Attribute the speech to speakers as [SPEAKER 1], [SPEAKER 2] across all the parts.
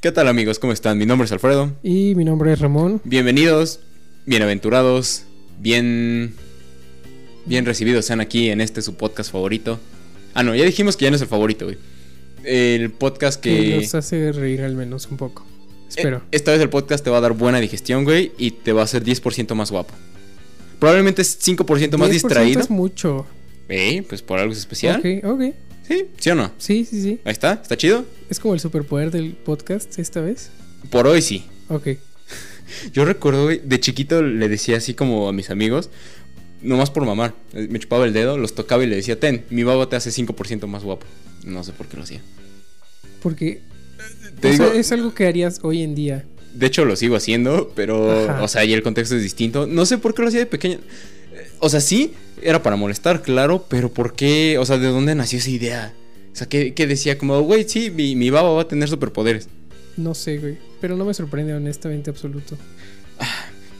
[SPEAKER 1] ¿Qué tal amigos? ¿Cómo están? Mi nombre es Alfredo.
[SPEAKER 2] Y mi nombre es Ramón.
[SPEAKER 1] Bienvenidos, bienaventurados, bien... Bien recibidos sean aquí en este su podcast favorito. Ah, no, ya dijimos que ya no es el favorito, güey. El podcast
[SPEAKER 2] Que
[SPEAKER 1] que...
[SPEAKER 2] nos hace reír al menos un poco. Espero.
[SPEAKER 1] Eh, Esta vez el podcast te va a dar buena digestión, güey, y te va a hacer 10% más guapo. Probablemente es 5% más
[SPEAKER 2] 10%
[SPEAKER 1] distraído.
[SPEAKER 2] Es mucho.
[SPEAKER 1] Eh, pues por algo es especial.
[SPEAKER 2] Ok, ok.
[SPEAKER 1] Sí, ¿sí o no?
[SPEAKER 2] Sí, sí, sí.
[SPEAKER 1] Ahí está, está chido.
[SPEAKER 2] Es como el superpoder del podcast esta vez.
[SPEAKER 1] Por hoy sí.
[SPEAKER 2] Ok.
[SPEAKER 1] Yo recuerdo, güey, de chiquito le decía así como a mis amigos, nomás por mamar. eh, Me chupaba el dedo, los tocaba y le decía, ten, mi baba te hace 5% más guapo. No sé por qué lo hacía.
[SPEAKER 2] Porque
[SPEAKER 1] Te
[SPEAKER 2] o sea,
[SPEAKER 1] digo,
[SPEAKER 2] es algo que harías hoy en día.
[SPEAKER 1] de hecho lo sigo haciendo, pero,
[SPEAKER 2] Ajá.
[SPEAKER 1] o sea, y el contexto es distinto. No sé por qué lo hacía de pequeño. Eh, O sea, sí, era para molestar, claro, pero ¿por qué? O sea, ¿de dónde nació esa idea? O sea, que, que decía como, güey, sí, mi, mi baba va a tener superpoderes.
[SPEAKER 2] No sé, güey. Pero no me sorprende honestamente absoluto.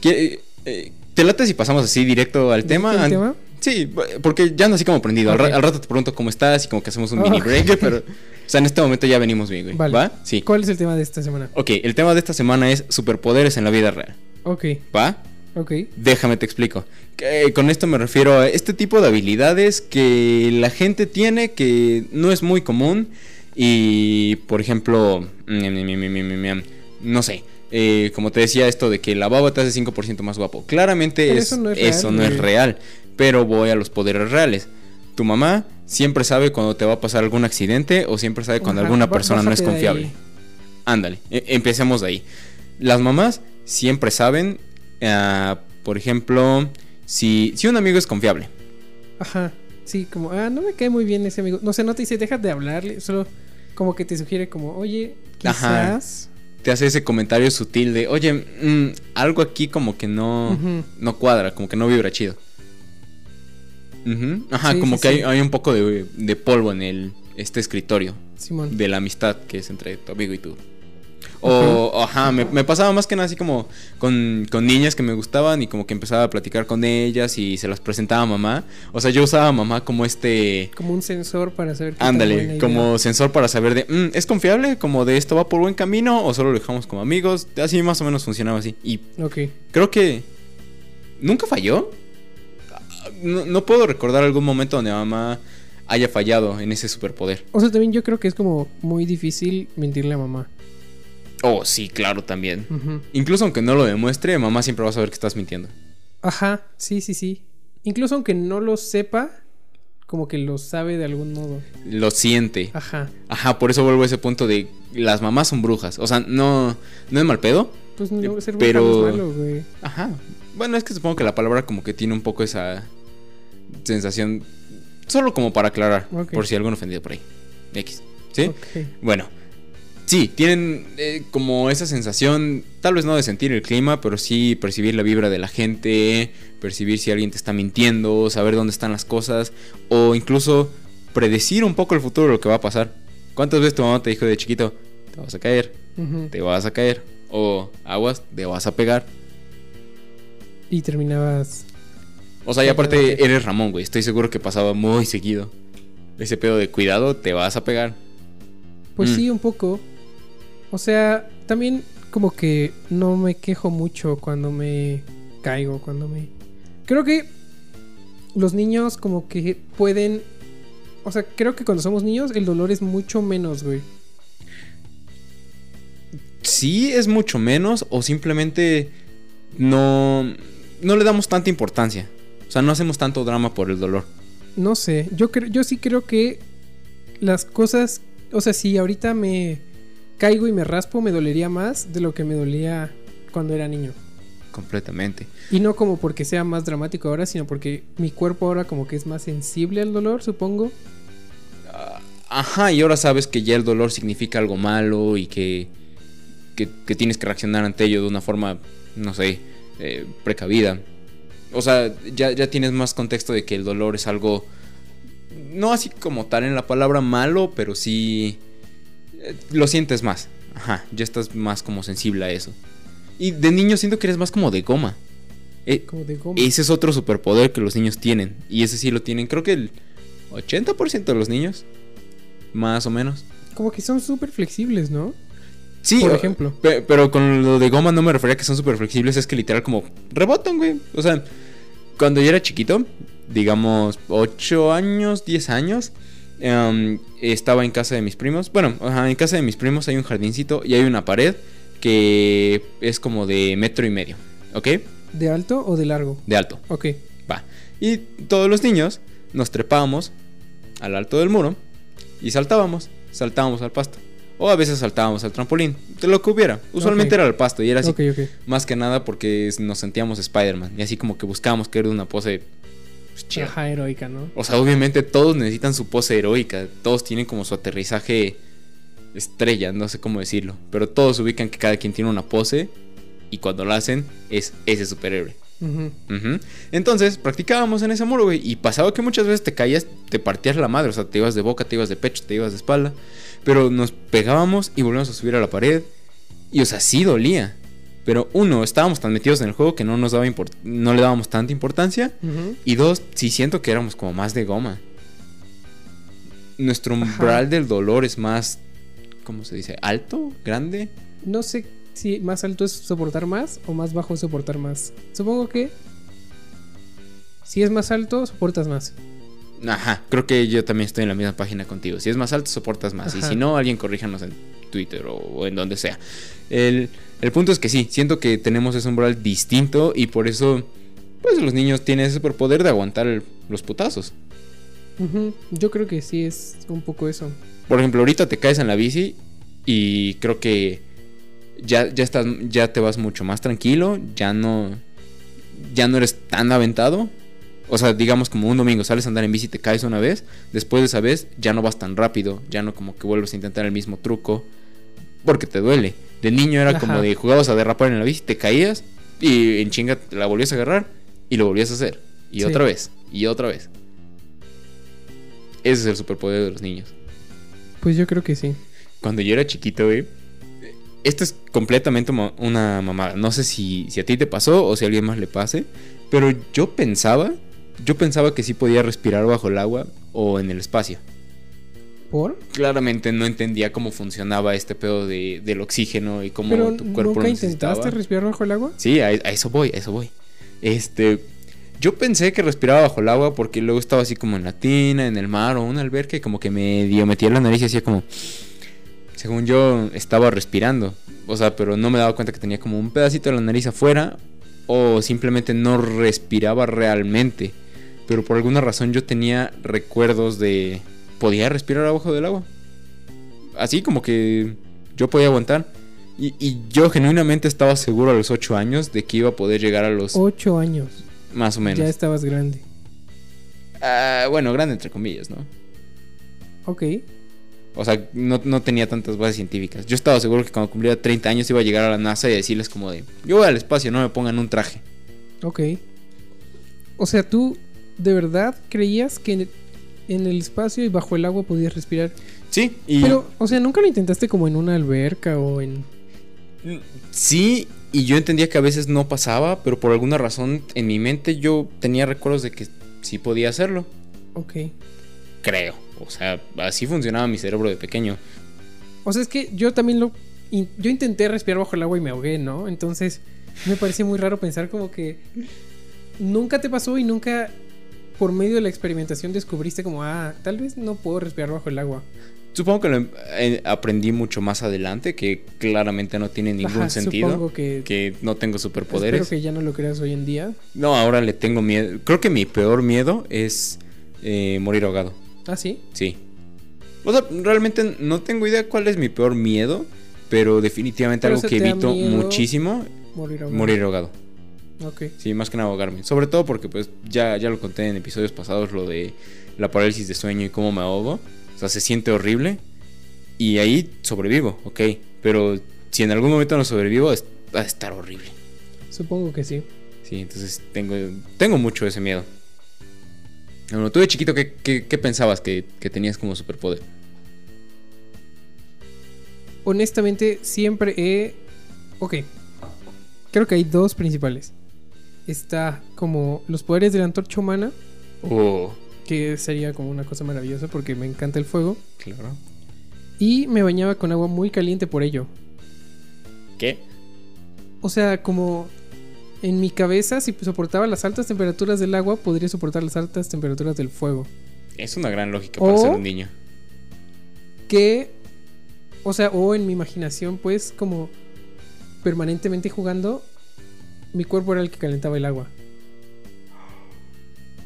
[SPEAKER 1] ¿Qué- eh, ¿Te late si pasamos así directo al tema?
[SPEAKER 2] ¿El
[SPEAKER 1] An-
[SPEAKER 2] este tema?
[SPEAKER 1] Sí, porque ya ando así como prendido. Al ra-
[SPEAKER 2] Ok.
[SPEAKER 1] Al, rato te pregunto cómo estás y como que hacemos un
[SPEAKER 2] Ah,
[SPEAKER 1] mini
[SPEAKER 2] ok.
[SPEAKER 1] break, pero. O sea, en este momento ya venimos bien, güey.
[SPEAKER 2] Vale.
[SPEAKER 1] ¿Va? Sí.
[SPEAKER 2] ¿Cuál es el tema de esta semana?
[SPEAKER 1] Ok, el tema de esta semana es superpoderes en la vida real.
[SPEAKER 2] Ok,
[SPEAKER 1] ¿Va?
[SPEAKER 2] ok.
[SPEAKER 1] Déjame te explico. Que, con esto me refiero a este tipo de habilidades que la gente tiene que no es muy común. Y, por ejemplo, mm, mm, mm, mm, mm, mm, no sé. eh, como te decía, esto de que la baba te hace 5% más guapo. Claramente
[SPEAKER 2] Pero
[SPEAKER 1] es-
[SPEAKER 2] eso no es
[SPEAKER 1] eso
[SPEAKER 2] real,
[SPEAKER 1] no es
[SPEAKER 2] güey.
[SPEAKER 1] real. Pero voy a los poderes reales. Tu mamá siempre sabe cuando te va a pasar algún accidente o siempre sabe cuando
[SPEAKER 2] Ajá,
[SPEAKER 1] alguna
[SPEAKER 2] ba-
[SPEAKER 1] persona no es
[SPEAKER 2] bájate de
[SPEAKER 1] confiable.
[SPEAKER 2] ahí.
[SPEAKER 1] Ándale, e- empecemos de ahí. Las mamás siempre saben, ah, por ejemplo, si, si un amigo es confiable.
[SPEAKER 2] Ajá. Sí, como, ah, no me cae muy bien ese amigo. No sé, no te dice, deja de hablarle. Solo como que te sugiere como, oye,
[SPEAKER 1] Ajá.
[SPEAKER 2] quizás.
[SPEAKER 1] Te hace ese comentario sutil de, oye, mm, algo aquí como que no,
[SPEAKER 2] Ujú.
[SPEAKER 1] no cuadra, como que no vibra chido. Ujú, Ajá,
[SPEAKER 2] Sí,
[SPEAKER 1] como
[SPEAKER 2] sí,
[SPEAKER 1] que Hay,
[SPEAKER 2] sí.
[SPEAKER 1] hay un poco de, de polvo en el, este escritorio,
[SPEAKER 2] Simón.
[SPEAKER 1] de la amistad que es entre tu amigo y tú. O, ajá, me, me pasaba más que nada así como con, con niñas que me gustaban y como que empezaba a platicar con ellas y se las presentaba a mamá. O sea, yo usaba a mamá como este...
[SPEAKER 2] Como un sensor para saber qué tan buena
[SPEAKER 1] Ándale,
[SPEAKER 2] idea.
[SPEAKER 1] como sensor para saber de, "Mm, ¿es confiable? Como de esto va por buen camino o solo lo dejamos como amigos. Así más o menos funcionaba así. Y
[SPEAKER 2] Ok.
[SPEAKER 1] creo que nunca falló. No, no puedo recordar algún momento donde mamá haya fallado en ese superpoder.
[SPEAKER 2] O sea, también yo creo que es como muy difícil mentirle a mamá.
[SPEAKER 1] Oh, sí, claro, también.
[SPEAKER 2] Ujú.
[SPEAKER 1] Incluso aunque no lo demuestre, mamá siempre va a saber que estás mintiendo.
[SPEAKER 2] Ajá, sí, sí, sí. Incluso aunque no lo sepa, como que lo sabe de algún modo.
[SPEAKER 1] Lo siente.
[SPEAKER 2] Ajá.
[SPEAKER 1] Ajá, por eso vuelvo a ese punto de las mamás son brujas. O sea, no, no es mal pedo.
[SPEAKER 2] Pues no,
[SPEAKER 1] Eh,
[SPEAKER 2] ser
[SPEAKER 1] pero-
[SPEAKER 2] pero... es malo, güey.
[SPEAKER 1] Ajá. Bueno, es que supongo que la palabra como que tiene un poco esa sensación. Solo como para aclarar.
[SPEAKER 2] Ok.
[SPEAKER 1] Por si hay algún ofendido por ahí. X. ¿Sí?
[SPEAKER 2] Ok.
[SPEAKER 1] Bueno. Sí, tienen eh, como esa sensación, tal vez no de sentir el clima, pero sí percibir la vibra de la gente, percibir si alguien te está mintiendo, saber dónde están las cosas, o incluso predecir un poco el futuro de lo que va a pasar. ¿Cuántas veces tu mamá te dijo de chiquito, te vas a caer,
[SPEAKER 2] Ujú.
[SPEAKER 1] te vas a caer, o aguas, te vas a pegar?
[SPEAKER 2] Y terminabas.
[SPEAKER 1] O sea, y
[SPEAKER 2] Sí,
[SPEAKER 1] aparte
[SPEAKER 2] obviamente.
[SPEAKER 1] eres Ramón, güey, estoy seguro que pasaba muy seguido. Ese pedo de cuidado, te vas a pegar.
[SPEAKER 2] Pues
[SPEAKER 1] Mm.
[SPEAKER 2] sí, un poco. O sea, también como que no me quejo mucho cuando me caigo, cuando me... Creo que los niños como que pueden... O sea, creo que cuando somos niños el dolor es mucho menos, güey.
[SPEAKER 1] sí es mucho menos o simplemente no, no le damos tanta importancia. O sea, no hacemos tanto drama por el dolor.
[SPEAKER 2] No sé, yo, creo, yo sí creo que las cosas... O sea, si ahorita me caigo y me raspo, me dolería más de lo que me dolía cuando era niño.
[SPEAKER 1] Completamente.
[SPEAKER 2] Y no como porque sea más dramático ahora, sino porque mi cuerpo ahora como que es más sensible al dolor, supongo.
[SPEAKER 1] Ajá, y ahora sabes que ya el dolor significa algo malo y que, que, que tienes que reaccionar ante ello de una forma, no sé, eh, precavida. O sea, ya, ya tienes más contexto de que el dolor es algo, no así como tal en la palabra malo, pero sí eh, lo sientes más. Ajá, ya estás más como sensible a eso. Y de niño siento que eres más como de goma. Eh,
[SPEAKER 2] Como de goma.
[SPEAKER 1] ese es otro superpoder que los niños tienen. Y ese sí lo tienen, creo que el 80% de los niños. Más o menos.
[SPEAKER 2] Como que son súper flexibles, ¿no?
[SPEAKER 1] Sí,
[SPEAKER 2] por
[SPEAKER 1] o-
[SPEAKER 2] ejemplo.
[SPEAKER 1] pe- pero con lo de goma no me refería a que son súper flexibles, es que literal como rebotan, güey. O sea, cuando yo era chiquito, digamos 8 años, 10 años, em, estaba en casa de mis primos. Bueno, ajá, en casa de mis primos hay un jardincito y hay una pared que es como de metro y medio, ¿ok?
[SPEAKER 2] ¿De alto o de largo?
[SPEAKER 1] De alto.
[SPEAKER 2] Ok.
[SPEAKER 1] Va. Y todos los niños nos trepábamos al alto del muro y saltábamos, saltábamos al pasto. O a veces saltábamos al trampolín, de lo que hubiera. Usualmente
[SPEAKER 2] Ok.
[SPEAKER 1] era al pasto y era así.
[SPEAKER 2] Ok, ok.
[SPEAKER 1] Más que nada porque es- nos sentíamos Spider-Man y así como que buscábamos que era una pose pues, chida.
[SPEAKER 2] Ajá, heroica, ¿no?
[SPEAKER 1] O sea, obviamente todos necesitan su pose heroica, todos tienen como su aterrizaje estrella, no sé cómo decirlo, pero todos ubican que cada quien tiene una pose y cuando la hacen es ese superhéroe.
[SPEAKER 2] Ujú.
[SPEAKER 1] Ujú. Entonces, practicábamos en ese muro, güey. Y pasaba que muchas veces te caías, te partías la madre. O sea, te ibas de boca, te ibas de pecho, te ibas de espalda. Pero nos pegábamos y volvíamos a subir a la pared. Y, o sea, sí dolía. Pero uno, estábamos tan metidos en el juego que no nos daba import- no le dábamos tanta importancia.
[SPEAKER 2] Ujú.
[SPEAKER 1] Y dos, sí siento que éramos como más de goma. Nuestro umbral del dolor es más, ¿cómo se dice? ¿Alto? ¿Grande?
[SPEAKER 2] No sé si más alto es soportar más o más bajo es soportar más. Supongo que si es más alto, soportas más.
[SPEAKER 1] Ajá, creo que yo también estoy en la misma página contigo. Si es más alto, soportas más. Y
[SPEAKER 2] Ajá.
[SPEAKER 1] si no, alguien corríjanos en Twitter o, o en donde sea. El, el punto es que sí, siento que tenemos ese umbral distinto y por eso, pues los niños tienen ese superpoder de aguantar el- los putazos.
[SPEAKER 2] Ujú. Yo creo que sí es un poco eso.
[SPEAKER 1] Por ejemplo, ahorita te caes en la bici y creo que ya, ya, estás, ya te vas mucho más tranquilo, ya no, ya no eres tan aventado. O sea, digamos como un domingo sales a andar en bici, te caes una vez, después de esa vez ya no vas tan rápido, ya no como que vuelves a intentar el mismo truco, porque te duele. De niño era como
[SPEAKER 2] Ajá.
[SPEAKER 1] de jugabas a derrapar en la bici, te caías y en chinga la volvías a agarrar y lo volvías a hacer. Y
[SPEAKER 2] Sí.
[SPEAKER 1] otra vez, y otra vez. Ese es el superpoder de los niños
[SPEAKER 2] Pues yo creo que sí.
[SPEAKER 1] cuando yo era chiquito, güey. Esto es completamente ma- una mamada. No sé si, si a ti te pasó o si a alguien más le pase. Pero yo pensaba, yo pensaba que sí podía respirar bajo el agua o en el espacio.
[SPEAKER 2] ¿Por?
[SPEAKER 1] Claramente no entendía cómo funcionaba este pedo de, del oxígeno y cómo
[SPEAKER 2] Pero
[SPEAKER 1] tu cuerpo lo
[SPEAKER 2] nunca
[SPEAKER 1] necesitaba.
[SPEAKER 2] intentaste respirar bajo el agua.
[SPEAKER 1] Sí, a, a eso voy, a eso voy. Este, yo pensé que respiraba bajo el agua porque luego estaba así como en la tina, en el mar o una alberca y como que medio metía la nariz y hacía como... Según yo estaba respirando, o sea, pero no me daba cuenta que tenía como un pedacito de la nariz afuera o simplemente no respiraba realmente. Pero por alguna razón yo tenía recuerdos de... Podía respirar abajo del agua. Así como que yo podía aguantar. Y, y yo genuinamente estaba seguro a los 8 años de que iba a poder llegar a los
[SPEAKER 2] Ocho años.
[SPEAKER 1] más o
[SPEAKER 2] Ya
[SPEAKER 1] menos.
[SPEAKER 2] estabas grande.
[SPEAKER 1] Ah, bueno, grande entre comillas, ¿no?
[SPEAKER 2] Ok.
[SPEAKER 1] O sea, no, no tenía tantas bases científicas. Yo estaba seguro que cuando cumpliera 30 años iba a llegar a la NASA y decirles como de, yo voy al espacio, no me pongan un traje.
[SPEAKER 2] Ok. O sea, tú de verdad creías que en- en el espacio y bajo el agua podías respirar.
[SPEAKER 1] Sí, y...
[SPEAKER 2] Pero, o sea, nunca lo intentaste como en una alberca o en.
[SPEAKER 1] Sí, y yo entendía que a veces no pasaba, pero por alguna razón en mi mente yo tenía recuerdos de que sí podía hacerlo.
[SPEAKER 2] Ok.
[SPEAKER 1] Creo. O sea, así funcionaba mi cerebro de pequeño.
[SPEAKER 2] O sea, es que yo también lo. in- Yo intenté respirar bajo el agua y me ahogué, ¿no? Entonces, me parece muy raro pensar como que. Nunca te pasó y nunca por medio de la experimentación descubriste como, ah, tal vez no puedo respirar bajo el agua.
[SPEAKER 1] Supongo que lo em- eh, aprendí mucho más adelante, que claramente no tiene ningún
[SPEAKER 2] Ajá,
[SPEAKER 1] sentido.
[SPEAKER 2] Supongo que.
[SPEAKER 1] Que no tengo
[SPEAKER 2] Espero
[SPEAKER 1] superpoderes.
[SPEAKER 2] que ya no lo creas hoy en día.
[SPEAKER 1] No, ahora le tengo miedo. Creo que mi peor miedo es eh, morir ahogado.
[SPEAKER 2] Ah, sí.
[SPEAKER 1] Sí. O sea, realmente no tengo idea cuál es mi peor miedo, pero definitivamente
[SPEAKER 2] Pero
[SPEAKER 1] algo
[SPEAKER 2] se
[SPEAKER 1] que
[SPEAKER 2] te da
[SPEAKER 1] evito
[SPEAKER 2] miedo
[SPEAKER 1] muchísimo,
[SPEAKER 2] Morir ahogado.
[SPEAKER 1] morir ahogado.
[SPEAKER 2] Ok.
[SPEAKER 1] Sí, más que nada ahogarme. Sobre todo porque pues ya, ya lo conté en episodios pasados lo de la parálisis de sueño y cómo me ahogo. O sea, se siente horrible. Y ahí sobrevivo, ok. Pero si en algún momento no sobrevivo, es- va a estar horrible.
[SPEAKER 2] Supongo que sí.
[SPEAKER 1] Sí, entonces tengo, tengo mucho ese miedo. Bueno, tú de chiquito, ¿qué, qué- qué pensabas que, que tenías como superpoder?
[SPEAKER 2] honestamente siempre he... Ok. Creo que hay dos principales. Está como los poderes de la antorcha humana,
[SPEAKER 1] Oh,
[SPEAKER 2] que sería como una cosa maravillosa porque me encanta el fuego.
[SPEAKER 1] claro.
[SPEAKER 2] Y me bañaba con agua muy caliente por ello.
[SPEAKER 1] ¿Qué?
[SPEAKER 2] O sea, como en mi cabeza, si soportaba las altas temperaturas del agua, podría soportar las altas temperaturas del fuego.
[SPEAKER 1] Es una gran lógica para
[SPEAKER 2] O-
[SPEAKER 1] ser un niño.
[SPEAKER 2] que, o sea, o en mi imaginación, pues como permanentemente jugando, mi cuerpo era el que calentaba el agua.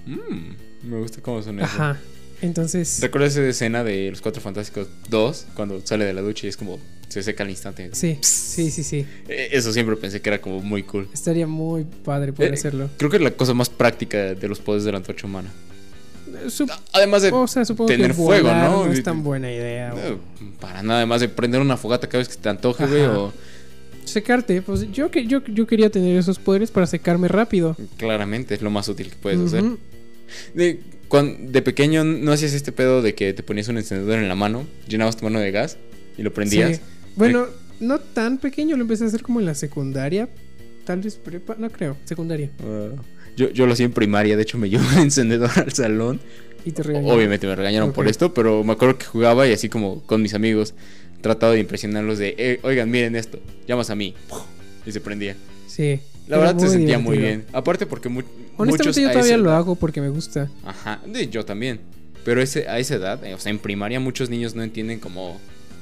[SPEAKER 1] Mm, me gusta cómo suena eso.
[SPEAKER 2] Ajá. Entonces,
[SPEAKER 1] ¿Recuerdas esa escena de Los Cuatro Fantásticos 2? Cuando sale de la ducha y es como se seca al instante.
[SPEAKER 2] sí, sí, sí, sí.
[SPEAKER 1] Eh, Eso siempre pensé que era como muy cool.
[SPEAKER 2] Estaría muy padre poder
[SPEAKER 1] Eh,
[SPEAKER 2] hacerlo.
[SPEAKER 1] Creo que es la cosa más práctica de los poderes de la antorcha humana.
[SPEAKER 2] Eh, sup-
[SPEAKER 1] Además de.
[SPEAKER 2] o sea, supongo
[SPEAKER 1] tener
[SPEAKER 2] que
[SPEAKER 1] fuego,
[SPEAKER 2] volar
[SPEAKER 1] ¿no?
[SPEAKER 2] no es tan buena idea.
[SPEAKER 1] eh, para nada, además de prender una fogata cada vez que te antoje, güey.
[SPEAKER 2] Ajá.
[SPEAKER 1] O
[SPEAKER 2] Secarte, pues yo, que- yo, yo quería tener esos poderes para secarme rápido.
[SPEAKER 1] claramente es lo más útil que puedes
[SPEAKER 2] Ujú.
[SPEAKER 1] hacer. De, cuan- de pequeño no hacías este pedo de que te ponías un encendedor en la mano, llenabas tu mano de gas y lo prendías.
[SPEAKER 2] Sí.
[SPEAKER 1] Eh.
[SPEAKER 2] Bueno, no tan pequeño, lo empecé a hacer como en la secundaria. Tal vez prepa, no creo, secundaria.
[SPEAKER 1] Uh, yo, yo lo hacía en primaria, de hecho me llevó un encendedor al salón.
[SPEAKER 2] Y te regañé.
[SPEAKER 1] Obviamente me regañaron por
[SPEAKER 2] Ok.
[SPEAKER 1] esto, pero me acuerdo que jugaba y así como con mis amigos trataba de impresionarlos de, "Eh, oigan, miren esto, llamas a mí. Y se prendía.
[SPEAKER 2] Sí.
[SPEAKER 1] La
[SPEAKER 2] era
[SPEAKER 1] verdad se sentía muy
[SPEAKER 2] divertido.
[SPEAKER 1] bien. Aparte porque mu- muchos
[SPEAKER 2] Honestamente yo
[SPEAKER 1] a
[SPEAKER 2] todavía
[SPEAKER 1] esa
[SPEAKER 2] lo
[SPEAKER 1] edad-
[SPEAKER 2] hago porque me gusta.
[SPEAKER 1] Ajá, de- yo también. Pero ese, a esa edad, eh, o sea, en primaria muchos niños no entienden como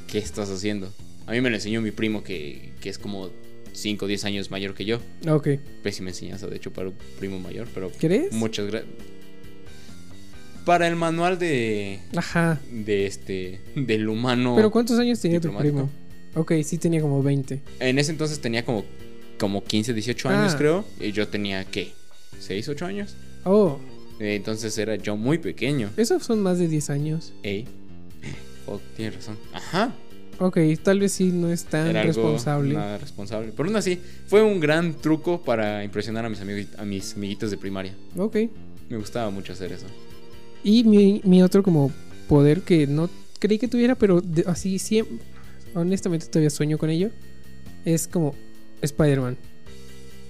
[SPEAKER 1] qué estás haciendo. A mí me lo enseñó mi primo que, que es como 5 o 10 años mayor que yo.
[SPEAKER 2] Ah, Ok,
[SPEAKER 1] Pésima enseñanza, de hecho, para un primo mayor, pero
[SPEAKER 2] ¿crees?
[SPEAKER 1] Muchas gracias. Para el manual de.
[SPEAKER 2] Ajá.
[SPEAKER 1] de este. del humano.
[SPEAKER 2] Pero ¿cuántos años tenía tu
[SPEAKER 1] diplomático.
[SPEAKER 2] primo? Ok, sí tenía como 20.
[SPEAKER 1] En ese entonces tenía como. como 15, 18 años,
[SPEAKER 2] Ah.
[SPEAKER 1] creo. Y yo tenía, ¿qué? ¿6, 8 años?
[SPEAKER 2] Oh,
[SPEAKER 1] Eh, Entonces era yo muy pequeño.
[SPEAKER 2] esos son más de 10 años.
[SPEAKER 1] Ey. Oh, tienes razón. Ajá.
[SPEAKER 2] Ok, tal vez sí no es tan
[SPEAKER 1] Era algo
[SPEAKER 2] responsable.
[SPEAKER 1] nada responsable. Pero aún así, fue un gran truco para impresionar a mis, amigos, a mis amiguitos de primaria.
[SPEAKER 2] Ok.
[SPEAKER 1] Me gustaba mucho hacer eso.
[SPEAKER 2] Y mi, mi otro como poder que no creí que tuviera, pero de- así siempre... Honestamente todavía sueño con ello. Es como Spider-Man.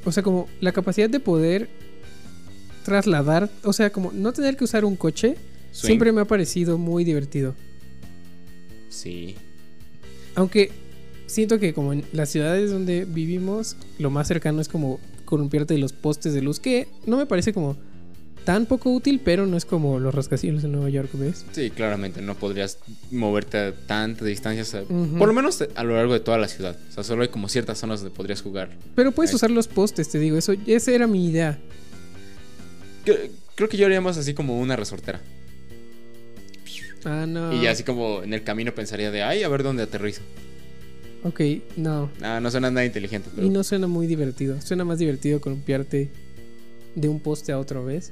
[SPEAKER 2] O sea, como la capacidad de poder trasladar, o sea, como no tener que usar un coche,
[SPEAKER 1] Swing.
[SPEAKER 2] siempre me ha parecido muy divertido.
[SPEAKER 1] Sí.
[SPEAKER 2] Aunque siento que como en las ciudades donde vivimos, lo más cercano es como columpiarte de los postes de luz, que no me parece como tan poco útil, pero no es como los rascacielos en Nueva York, ¿ves?
[SPEAKER 1] Sí, claramente no podrías moverte a tantas distancias, a-
[SPEAKER 2] Ujú.
[SPEAKER 1] por lo menos a lo largo de toda la ciudad. O sea, solo hay como ciertas zonas donde podrías jugar.
[SPEAKER 2] Pero puedes
[SPEAKER 1] Ahí.
[SPEAKER 2] usar los postes, te digo, eso esa era mi idea.
[SPEAKER 1] Que- Creo que yo haría más así como una resortera.
[SPEAKER 2] Ah, no.
[SPEAKER 1] Y ya así como en el camino pensaría de, ay, a ver dónde aterrizo.
[SPEAKER 2] Ok, no.
[SPEAKER 1] Ah, no suena nada inteligente, pero
[SPEAKER 2] Y no suena muy divertido. Suena más divertido columpiarte de un poste a otro, ¿ves?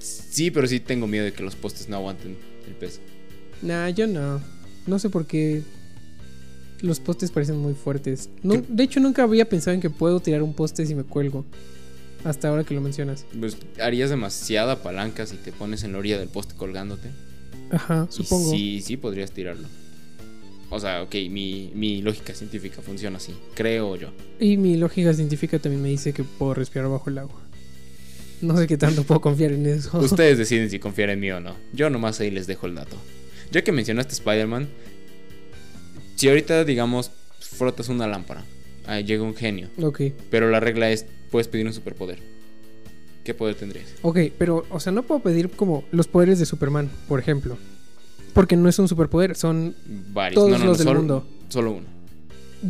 [SPEAKER 1] sí, pero sí tengo miedo de que los postes no aguanten el peso.
[SPEAKER 2] Nah, yo no. No sé por qué los postes parecen muy fuertes. No,
[SPEAKER 1] Creo-
[SPEAKER 2] de hecho, nunca había pensado en que puedo tirar un poste si me cuelgo. Hasta ahora que lo mencionas.
[SPEAKER 1] Pues, harías demasiada palanca si te pones en la orilla del poste colgándote.
[SPEAKER 2] Ajá,
[SPEAKER 1] Y
[SPEAKER 2] supongo.
[SPEAKER 1] sí, sí podrías tirarlo. O sea, ok, mi, mi lógica científica funciona así, creo yo.
[SPEAKER 2] Y mi lógica científica también me dice que puedo respirar bajo el agua. No sé qué tanto puedo confiar en eso.
[SPEAKER 1] Ustedes deciden si confiar en mí o no. Yo nomás ahí les dejo el dato. Ya que mencionaste Spider-Man, si ahorita, digamos, frotas una lámpara, ahí llega un genio.
[SPEAKER 2] Ok,
[SPEAKER 1] Pero la regla es, puedes pedir un superpoder. ¿Qué poder tendrías?
[SPEAKER 2] ok, pero, o sea, no puedo pedir como los poderes de Superman, por ejemplo. Porque no es un superpoder, son
[SPEAKER 1] Varios.
[SPEAKER 2] Todos
[SPEAKER 1] no, no, no,
[SPEAKER 2] los del
[SPEAKER 1] solo,
[SPEAKER 2] mundo.
[SPEAKER 1] Solo uno.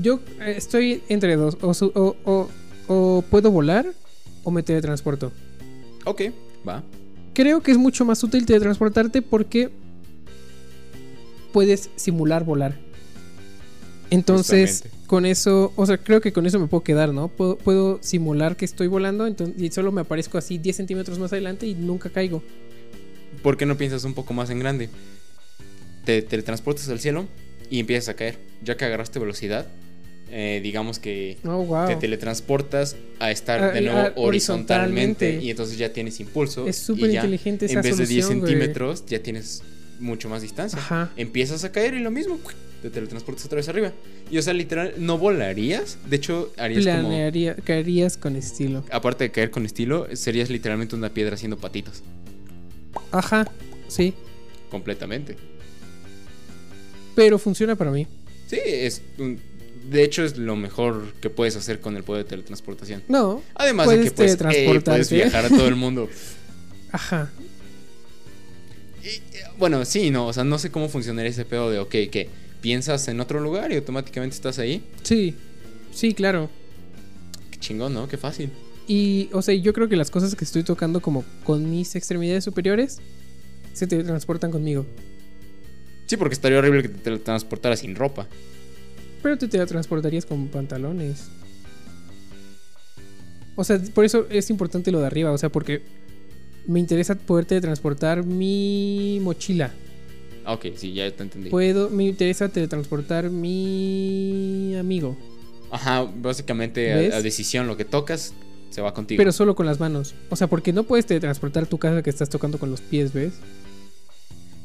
[SPEAKER 2] Yo eh, estoy entre dos. O, su- o- o- o puedo volar o me teletransporto.
[SPEAKER 1] Ok, va.
[SPEAKER 2] Creo que es mucho más útil teletransportarte porque puedes simular volar. Entonces,
[SPEAKER 1] Justamente.
[SPEAKER 2] con eso, o sea, creo que con eso me puedo quedar, ¿no? Puedo, puedo simular que estoy volando entonces, y solo me aparezco así 10 centímetros más adelante y nunca caigo.
[SPEAKER 1] ¿Por qué no piensas un poco más en grande? Te teletransportas al cielo y empiezas a caer. Ya que agarraste velocidad, eh, digamos que
[SPEAKER 2] Oh, wow.
[SPEAKER 1] te teletransportas a estar
[SPEAKER 2] Ah,
[SPEAKER 1] de nuevo
[SPEAKER 2] ah,
[SPEAKER 1] horizontalmente,
[SPEAKER 2] horizontalmente.
[SPEAKER 1] y entonces ya tienes impulso.
[SPEAKER 2] Es súper
[SPEAKER 1] y ya
[SPEAKER 2] inteligente esa
[SPEAKER 1] En vez de 10
[SPEAKER 2] solución, güey.
[SPEAKER 1] centímetros ya tienes mucho más distancia.
[SPEAKER 2] Ajá.
[SPEAKER 1] Empiezas a caer y lo mismo, ¡cuic! te teletransportas otra vez arriba. Y o sea, literal, no volarías. De hecho, harías como...
[SPEAKER 2] Planearía, caerías con estilo.
[SPEAKER 1] Aparte de caer con estilo, serías literalmente una piedra haciendo patitos.
[SPEAKER 2] Ajá, sí.
[SPEAKER 1] Completamente.
[SPEAKER 2] Pero funciona para mí.
[SPEAKER 1] Sí, es un- de hecho es lo mejor que puedes hacer con el poder de teletransportación.
[SPEAKER 2] No.
[SPEAKER 1] Además de que puedes, eh, puedes
[SPEAKER 2] teletransportarte.
[SPEAKER 1] viajar a todo el mundo.
[SPEAKER 2] Ajá.
[SPEAKER 1] Y, eh, bueno, sí, no, o sea, no sé cómo funcionaría ese pedo de, ok, que piensas en otro lugar y automáticamente estás ahí.
[SPEAKER 2] Sí. Sí, claro.
[SPEAKER 1] Qué chingón, ¿no? Qué fácil.
[SPEAKER 2] Y, o sea, yo creo que las cosas que estoy tocando como con mis extremidades superiores se teletransportan conmigo.
[SPEAKER 1] Sí, porque estaría horrible que te teletransportara sin ropa.
[SPEAKER 2] Pero te teletransportarías con pantalones. O sea, por eso es importante lo de arriba, o sea, porque me interesa poder teletransportar mi mochila.
[SPEAKER 1] Ah, ok, sí, ya te entendí.
[SPEAKER 2] Puedo, me interesa teletransportar mi amigo,
[SPEAKER 1] Ajá, básicamente
[SPEAKER 2] ¿Ves?
[SPEAKER 1] a, a decisión, lo que tocas se va contigo.
[SPEAKER 2] pero solo con las manos. O sea, porque no puedes teletransportar tu casa que estás tocando con los pies, ¿ves?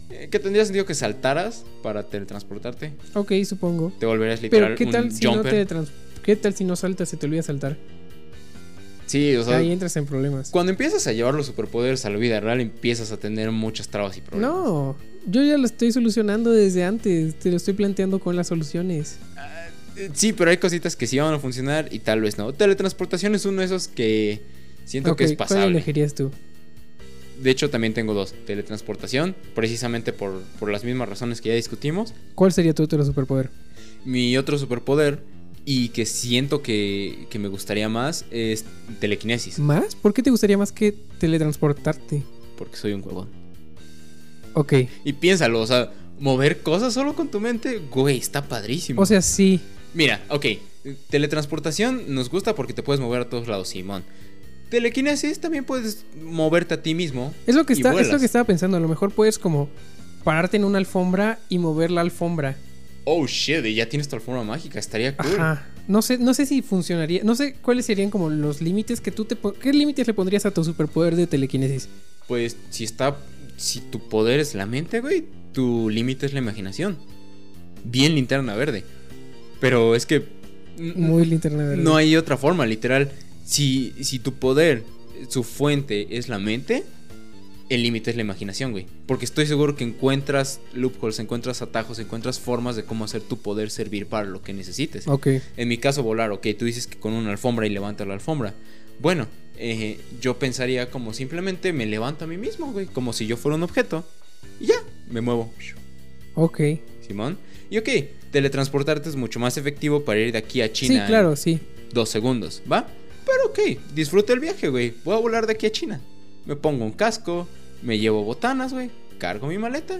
[SPEAKER 1] Eh, que tendría sentido que saltaras para teletransportarte.
[SPEAKER 2] Ok, supongo.
[SPEAKER 1] Te volverías literal
[SPEAKER 2] Pero ¿qué tal
[SPEAKER 1] un
[SPEAKER 2] si no
[SPEAKER 1] jumper.
[SPEAKER 2] teletrans- ¿Qué tal si no saltas y te olvidas saltar?
[SPEAKER 1] Sí, o sea,
[SPEAKER 2] Ahí entras en problemas.
[SPEAKER 1] cuando empiezas a llevar los superpoderes a la vida real, empiezas a tener muchas trabas y problemas.
[SPEAKER 2] No, yo ya lo estoy solucionando desde antes, te lo estoy planteando con las soluciones.
[SPEAKER 1] Eh, Sí, pero hay cositas que sí van a funcionar y tal vez no. Teletransportación es uno de esos que siento
[SPEAKER 2] Ok,
[SPEAKER 1] que es
[SPEAKER 2] ¿Cuál
[SPEAKER 1] pasable.
[SPEAKER 2] elegirías tú?
[SPEAKER 1] De hecho, también tengo dos. Teletransportación, precisamente por, por las mismas razones que ya discutimos.
[SPEAKER 2] ¿Cuál sería tu otro superpoder?
[SPEAKER 1] Mi otro superpoder y que siento que, que me gustaría más es telequinesis.
[SPEAKER 2] ¿Más? ¿Por qué te gustaría más que teletransportarte?
[SPEAKER 1] Porque soy un huevón.
[SPEAKER 2] Ok.
[SPEAKER 1] Y piénsalo, o sea, mover cosas solo con tu mente, güey, está padrísimo.
[SPEAKER 2] O sea, sí.
[SPEAKER 1] Mira, ok. Teletransportación nos gusta porque te puedes mover a todos lados, Simón. Telequinesis también puedes moverte a ti mismo.
[SPEAKER 2] Es lo que
[SPEAKER 1] Y
[SPEAKER 2] está, es
[SPEAKER 1] vuelas.
[SPEAKER 2] lo que estaba pensando. A lo mejor puedes como pararte en una alfombra y mover la alfombra.
[SPEAKER 1] Oh shit, y ya tienes tu alfombra mágica, estaría cool.
[SPEAKER 2] Ajá. No sé, no sé si funcionaría. No sé cuáles serían como los límites que tú te pon- ¿Qué límites le pondrías a tu superpoder de telequinesis?
[SPEAKER 1] Pues si está. Si tu poder es la mente, güey, tu límite es la imaginación. Bien linterna verde. Pero es que. n-
[SPEAKER 2] Muy linterna verde.
[SPEAKER 1] No hay otra forma, literal. Si, si tu poder, su fuente es la mente, el límite es la imaginación, güey. Porque estoy seguro que encuentras loopholes, encuentras atajos, encuentras formas de cómo hacer tu poder servir para lo que necesites.
[SPEAKER 2] Ok.
[SPEAKER 1] En mi caso, volar, ok, tú dices que con una alfombra y levanta la alfombra. Bueno, eh, yo pensaría como simplemente me levanto a mí mismo, güey, como si yo fuera un objeto. Y ya, me muevo.
[SPEAKER 2] Ok.
[SPEAKER 1] Simón. Y ok, teletransportarte es mucho más efectivo para ir de aquí a China. ¿eh?
[SPEAKER 2] Sí,
[SPEAKER 1] en
[SPEAKER 2] claro, sí.
[SPEAKER 1] dos segundos, ¿va? Pero ok, disfruta el viaje, güey. Voy a volar de aquí a China. Me pongo un casco, me llevo botanas, güey. Cargo mi maleta.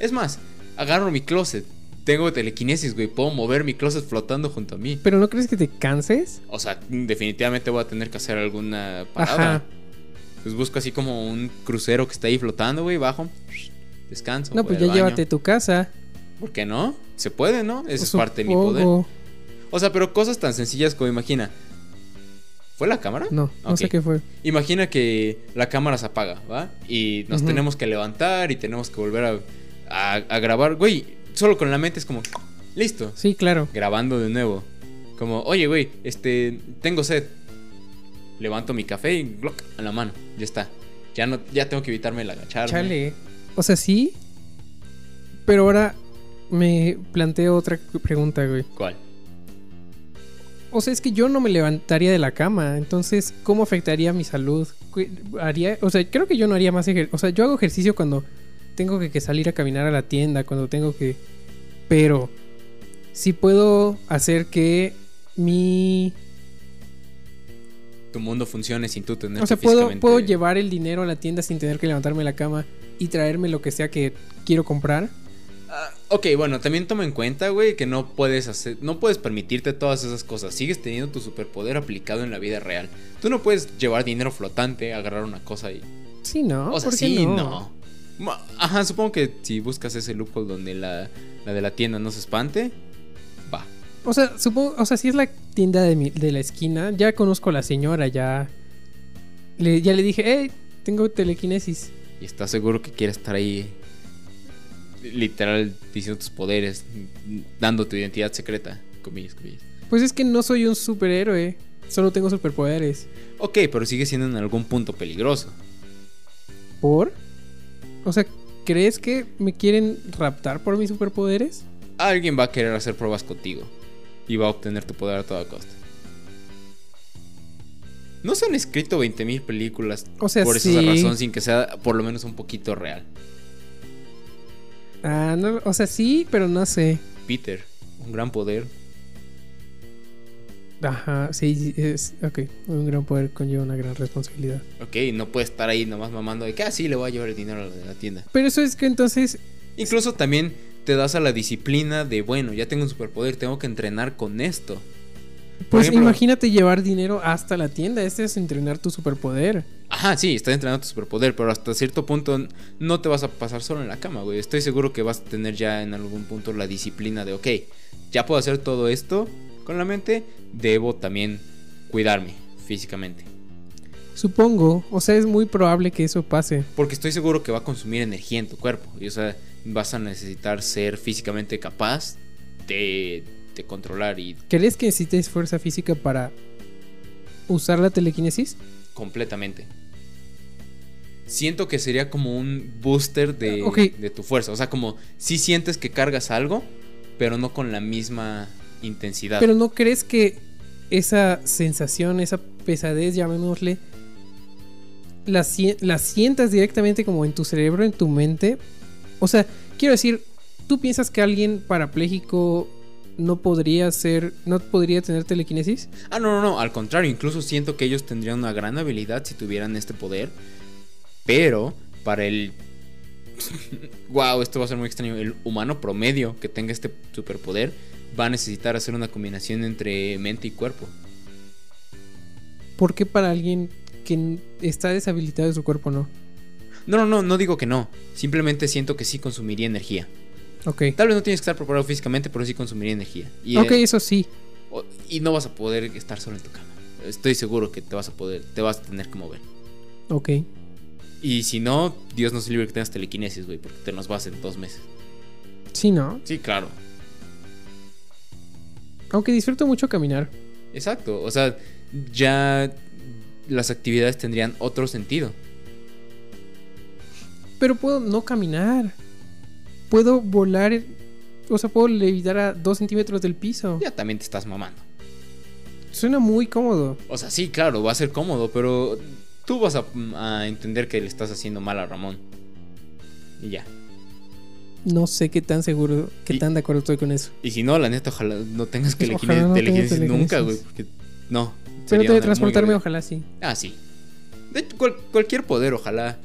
[SPEAKER 1] Es más, agarro mi closet. Tengo telequinesis, güey. Puedo mover mi closet flotando junto a mí.
[SPEAKER 2] Pero ¿no crees que te canses?
[SPEAKER 1] O sea, definitivamente voy a tener que hacer alguna parada.
[SPEAKER 2] Ajá.
[SPEAKER 1] Pues busco así como un crucero que está ahí flotando, güey, bajo. Descanso.
[SPEAKER 2] No,
[SPEAKER 1] voy
[SPEAKER 2] pues
[SPEAKER 1] al
[SPEAKER 2] ya
[SPEAKER 1] baño.
[SPEAKER 2] llévate tu casa.
[SPEAKER 1] ¿Por qué no? Se puede, ¿no? Eso es
[SPEAKER 2] Supongo.
[SPEAKER 1] parte de mi poder. O sea, pero cosas tan sencillas como imagina. ¿Fue la cámara?
[SPEAKER 2] No, no sé
[SPEAKER 1] Ok.
[SPEAKER 2] qué fue.
[SPEAKER 1] Imagina que la cámara se apaga, ¿va? Y nos
[SPEAKER 2] Ujú.
[SPEAKER 1] tenemos que levantar y tenemos que volver a, a- a grabar. Güey, solo con la mente es como, listo,
[SPEAKER 2] Sí, claro.
[SPEAKER 1] grabando de nuevo. Como, oye, güey, este, tengo sed. Levanto mi café y gloc, a la mano, ya está. Ya no, ya tengo que evitarme el agacharme.
[SPEAKER 2] Chale. O sea, sí. Pero ahora me planteo otra pregunta, güey.
[SPEAKER 1] ¿Cuál?
[SPEAKER 2] O sea, es que yo no me levantaría de la cama. Entonces, ¿cómo afectaría mi salud? Cu- Haría, o sea, creo que yo no haría más ejercicio. O sea, yo hago ejercicio cuando tengo que, que salir a caminar a la tienda, cuando tengo que. Pero si puedo hacer que mi.
[SPEAKER 1] Tu mundo funcione sin tú tener
[SPEAKER 2] O sea,
[SPEAKER 1] que
[SPEAKER 2] puedo,
[SPEAKER 1] físicamente-
[SPEAKER 2] puedo llevar el dinero a la tienda sin tener que levantarme de la cama y traerme lo que sea que quiero comprar.
[SPEAKER 1] Ah, ok, bueno, también toma en cuenta, güey, que no puedes hacer, no puedes permitirte todas esas cosas. Sigues teniendo tu superpoder aplicado en la vida real. Tú no puedes llevar dinero flotante, agarrar una cosa y.
[SPEAKER 2] Sí, no.
[SPEAKER 1] o sea,
[SPEAKER 2] ¿por qué
[SPEAKER 1] sí, no. Ma- Ajá, supongo que si buscas ese loophole donde la, la de la tienda no se espante, va.
[SPEAKER 2] O sea, supongo, o sea, si es la tienda de, mi- de la esquina, ya conozco a la señora, ya le, ya le dije, hey, tengo telequinesis.
[SPEAKER 1] Y estás seguro que quieres estar ahí. Literal, diciendo tus poderes, dando tu identidad secreta. Comillas, comillas.
[SPEAKER 2] Pues es que no soy un superhéroe, solo tengo superpoderes.
[SPEAKER 1] Ok, pero sigue siendo en algún punto peligroso.
[SPEAKER 2] ¿Por? O sea, ¿crees que me quieren raptar por mis superpoderes?
[SPEAKER 1] Alguien va a querer hacer pruebas contigo. y va a obtener tu poder a toda costa. No se han escrito 20.000 películas
[SPEAKER 2] O sea,
[SPEAKER 1] por
[SPEAKER 2] sí.
[SPEAKER 1] esa razón sin que sea por lo menos un poquito real.
[SPEAKER 2] Ah, no, o sea, sí, pero no sé.
[SPEAKER 1] Peter, un gran poder
[SPEAKER 2] Ajá, sí, sí, es, ok. Un gran poder conlleva una gran responsabilidad.
[SPEAKER 1] Ok, no puede estar ahí nomás mamando de que así le voy a llevar el dinero a la, a la tienda.
[SPEAKER 2] Pero eso es que entonces,
[SPEAKER 1] Incluso también te das a la disciplina de, bueno, ya tengo un superpoder, tengo que entrenar con esto. Por
[SPEAKER 2] pues
[SPEAKER 1] ejemplo-
[SPEAKER 2] imagínate llevar dinero hasta la tienda. Este es entrenar tu superpoder.
[SPEAKER 1] Ajá, sí, estás entrenando tu superpoder, pero hasta cierto punto n- no te vas a pasar solo en la cama, güey. Estoy seguro que vas a tener ya en algún punto la disciplina de, ok, ya puedo hacer todo esto con la mente, debo también cuidarme físicamente.
[SPEAKER 2] Supongo, o sea, es muy probable que eso pase.
[SPEAKER 1] Porque estoy seguro que va a consumir energía en tu cuerpo. Y, o sea, vas a necesitar ser físicamente capaz de, de controlar y
[SPEAKER 2] ¿Crees que necesites fuerza física para usar la telequinesis?
[SPEAKER 1] completamente. Siento que sería como un booster de,
[SPEAKER 2] Ah, ok.
[SPEAKER 1] de tu fuerza. O sea, como si sientes que cargas algo, pero no con la misma intensidad.
[SPEAKER 2] Pero ¿no crees que esa sensación, esa pesadez, llamémosle, la, sien- la sientas directamente como en tu cerebro, en tu mente? O sea, quiero decir, ¿tú piensas que alguien parapléjico no podría ser, no podría tener telequinesis?
[SPEAKER 1] Ah, no, no, no. Al contrario, incluso siento que ellos tendrían una gran habilidad si tuvieran este poder. Pero para el... wow, esto va a ser muy extraño. El humano promedio que tenga este superpoder va a necesitar hacer una combinación entre mente y cuerpo.
[SPEAKER 2] ¿Por qué para alguien que n- está deshabilitado de su cuerpo no?
[SPEAKER 1] No, no, no, no digo que no. Simplemente siento que sí consumiría energía.
[SPEAKER 2] Ok.
[SPEAKER 1] Tal vez no tienes que estar preparado físicamente, pero sí consumiría energía. Y, eh,
[SPEAKER 2] Ok, eso sí.
[SPEAKER 1] o- y no vas a poder estar solo en tu cama. Estoy seguro que te vas a poder, te vas a tener que mover.
[SPEAKER 2] Ok.
[SPEAKER 1] Y si no, Dios nos libre que tengas telequinesis, güey, porque te nos vas en dos meses.
[SPEAKER 2] Sí, ¿no?
[SPEAKER 1] Sí, claro.
[SPEAKER 2] Aunque disfruto mucho caminar.
[SPEAKER 1] Exacto. O sea, ya las actividades tendrían otro sentido.
[SPEAKER 2] Pero puedo no caminar. Puedo volar. O sea, puedo levitar a dos centímetros del piso.
[SPEAKER 1] Ya también te estás mamando.
[SPEAKER 2] Suena muy cómodo.
[SPEAKER 1] O sea, sí, claro, va a ser cómodo, pero tú vas a, a entender que le estás haciendo mal a Ramón. Y ya.
[SPEAKER 2] No sé qué tan seguro, qué
[SPEAKER 1] Y-
[SPEAKER 2] tan de acuerdo estoy con eso.
[SPEAKER 1] Y si no, la neta, ojalá no tengas que
[SPEAKER 2] Ojalá
[SPEAKER 1] telequine-
[SPEAKER 2] no tenga
[SPEAKER 1] telequinesis nunca, güey.
[SPEAKER 2] telequinesis.
[SPEAKER 1] Porque no.
[SPEAKER 2] Pero
[SPEAKER 1] sería una muy
[SPEAKER 2] teletransportarme,
[SPEAKER 1] grave-
[SPEAKER 2] ojalá sí.
[SPEAKER 1] Ah, sí. De hecho, cual- cualquier poder, ojalá.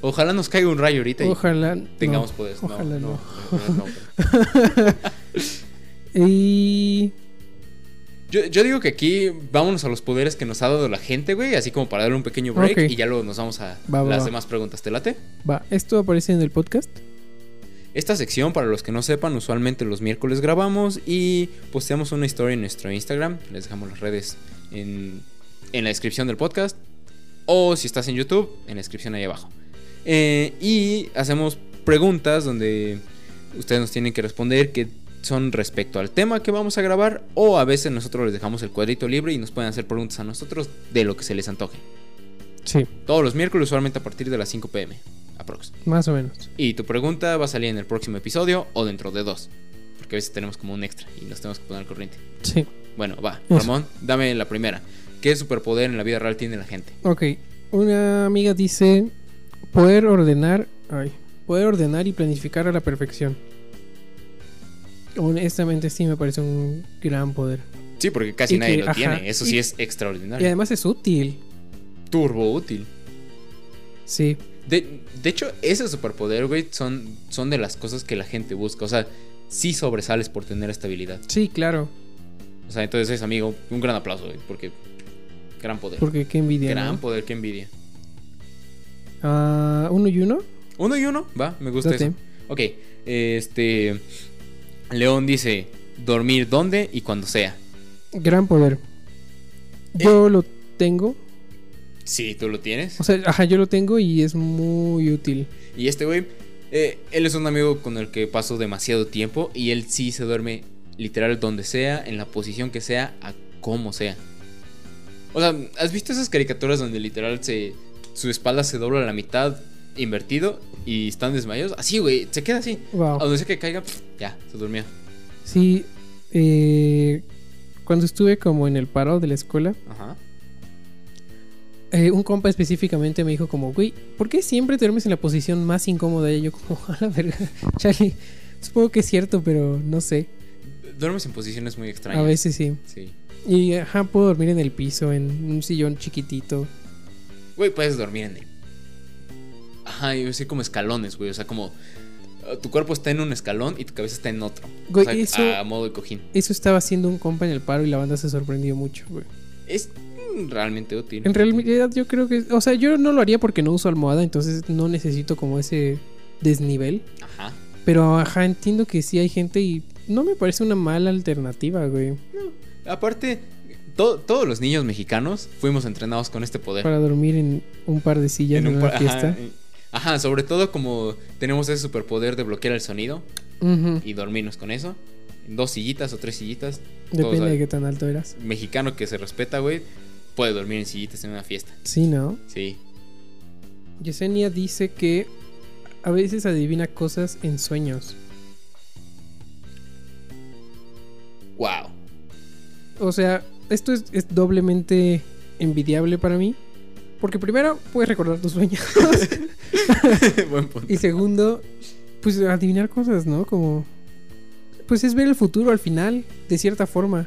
[SPEAKER 1] Ojalá nos caiga un rayo ahorita y
[SPEAKER 2] Ojalá.
[SPEAKER 1] tengamos
[SPEAKER 2] no.
[SPEAKER 1] poderes.
[SPEAKER 2] ojalá
[SPEAKER 1] no.
[SPEAKER 2] no.
[SPEAKER 1] no, no, no.
[SPEAKER 2] Y.
[SPEAKER 1] Yo, yo digo que aquí vámonos a los poderes que nos ha dado la gente, güey, así como para darle un pequeño break
[SPEAKER 2] Ok.
[SPEAKER 1] y ya luego nos vamos a
[SPEAKER 2] Va, va,
[SPEAKER 1] las
[SPEAKER 2] va.
[SPEAKER 1] demás preguntas. ¿Te late?
[SPEAKER 2] Va, esto aparece en el podcast.
[SPEAKER 1] Esta sección, para los que no sepan, usualmente los miércoles grabamos y posteamos una historia en nuestro Instagram. Les dejamos las redes en, en la descripción del podcast. O si estás en YouTube, en la descripción ahí abajo. Eh, y hacemos preguntas donde ustedes nos tienen que responder que son respecto al tema que vamos a grabar. O a veces nosotros les dejamos el cuadrito libre y nos pueden hacer preguntas a nosotros de lo que se les antoje.
[SPEAKER 2] Sí,
[SPEAKER 1] Todos los miércoles, usualmente a partir de las 5 pm. Aprox.
[SPEAKER 2] más o menos.
[SPEAKER 1] Y tu pregunta va a salir en el próximo episodio o dentro de dos. Porque a veces tenemos como un extra y nos tenemos que poner al corriente.
[SPEAKER 2] Sí.
[SPEAKER 1] Bueno, va.
[SPEAKER 2] Eso.
[SPEAKER 1] Ramón, dame la primera. ¿Qué superpoder en la vida real tiene la gente?
[SPEAKER 2] Ok. Una amiga dice poder ordenar, ay, poder ordenar y planificar a la perfección. Honestamente sí me parece un gran poder.
[SPEAKER 1] Sí, porque casi
[SPEAKER 2] Y
[SPEAKER 1] nadie
[SPEAKER 2] que,
[SPEAKER 1] lo
[SPEAKER 2] ajá,
[SPEAKER 1] tiene. Eso sí
[SPEAKER 2] y-
[SPEAKER 1] es
[SPEAKER 2] Y
[SPEAKER 1] extraordinario.
[SPEAKER 2] además es útil.
[SPEAKER 1] Turbo útil.
[SPEAKER 2] Sí.
[SPEAKER 1] De, de hecho, ese superpoder, güey, son, son de las cosas que la gente busca. O sea, sí sobresales por tener esta habilidad.
[SPEAKER 2] Sí, claro.
[SPEAKER 1] O sea, entonces, amigo, un gran aplauso, güey, porque gran poder.
[SPEAKER 2] Porque qué envidia.
[SPEAKER 1] gran
[SPEAKER 2] ¿no?
[SPEAKER 1] poder, qué envidia.
[SPEAKER 2] Ah, uno y uno.
[SPEAKER 1] Uno y uno, va, me gusta
[SPEAKER 2] Date.
[SPEAKER 1] eso. Ok, este. León dice: dormir donde y cuando sea.
[SPEAKER 2] Gran poder.
[SPEAKER 1] Eh.
[SPEAKER 2] Yo lo tengo.
[SPEAKER 1] Sí, tú lo tienes.
[SPEAKER 2] O sea, ajá, yo lo tengo y es muy útil.
[SPEAKER 1] Y este güey, eh, él es un amigo con el que paso demasiado tiempo y él sí se duerme literal donde sea, en la posición que sea, a como sea. O sea, ¿has visto esas caricaturas donde literal se, su espalda se dobla a la mitad invertido y están desmayados? Así, güey, se queda así. A
[SPEAKER 2] Wow.
[SPEAKER 1] donde sea que caiga, pf, ya, se durmió.
[SPEAKER 2] Sí. eh, cuando estuve como en el paro de la escuela,
[SPEAKER 1] Ajá.
[SPEAKER 2] eh, un compa específicamente me dijo como, güey, ¿por qué siempre te duermes en la posición más incómoda? Y yo como, a la verga, Charlie, supongo que es cierto, pero no sé.
[SPEAKER 1] Duermes en posiciones muy
[SPEAKER 2] A
[SPEAKER 1] extrañas.
[SPEAKER 2] veces sí.
[SPEAKER 1] Sí.
[SPEAKER 2] Y ajá, puedo dormir en el piso, en un sillón chiquitito.
[SPEAKER 1] Güey, puedes dormir en el. Ajá, iba a decir como escalones, güey. O sea, como. uh, Tu cuerpo está en un escalón y tu cabeza está en otro.
[SPEAKER 2] Güey,
[SPEAKER 1] o sea, ah,
[SPEAKER 2] eso-
[SPEAKER 1] a modo de cojín.
[SPEAKER 2] Eso estaba haciendo un compa en el paro y la banda se sorprendió mucho, güey.
[SPEAKER 1] Es mm, realmente útil.
[SPEAKER 2] En realidad yo creo que, o sea, yo no lo haría porque no uso almohada, entonces no necesito como ese desnivel.
[SPEAKER 1] Ajá.
[SPEAKER 2] Pero ajá, entiendo que sí hay gente y no me parece una mala alternativa, güey,
[SPEAKER 1] Aparte, to- todos los niños mexicanos fuimos entrenados con este poder.
[SPEAKER 2] para dormir en un par de sillas en,
[SPEAKER 1] un
[SPEAKER 2] una
[SPEAKER 1] par-
[SPEAKER 2] fiesta.
[SPEAKER 1] Ajá, eh, ajá, sobre todo como tenemos ese superpoder de bloquear el sonido
[SPEAKER 2] Ujú,
[SPEAKER 1] y dormirnos con eso. En dos sillitas o tres sillitas. todos
[SPEAKER 2] Depende
[SPEAKER 1] ahí.
[SPEAKER 2] de qué tan alto eras.
[SPEAKER 1] Mexicano que se respeta, güey, puede dormir en sillitas en una fiesta.
[SPEAKER 2] Sí, ¿no?
[SPEAKER 1] Sí.
[SPEAKER 2] Yesenia dice que a veces adivina cosas en sueños.
[SPEAKER 1] Wow.
[SPEAKER 2] O sea, esto es, es doblemente envidiable para mí. Porque primero, puedes recordar tus sueños.
[SPEAKER 1] Buen punto.
[SPEAKER 2] Y segundo, pues adivinar cosas, ¿no? Como... Pues es ver el futuro al final, de cierta forma.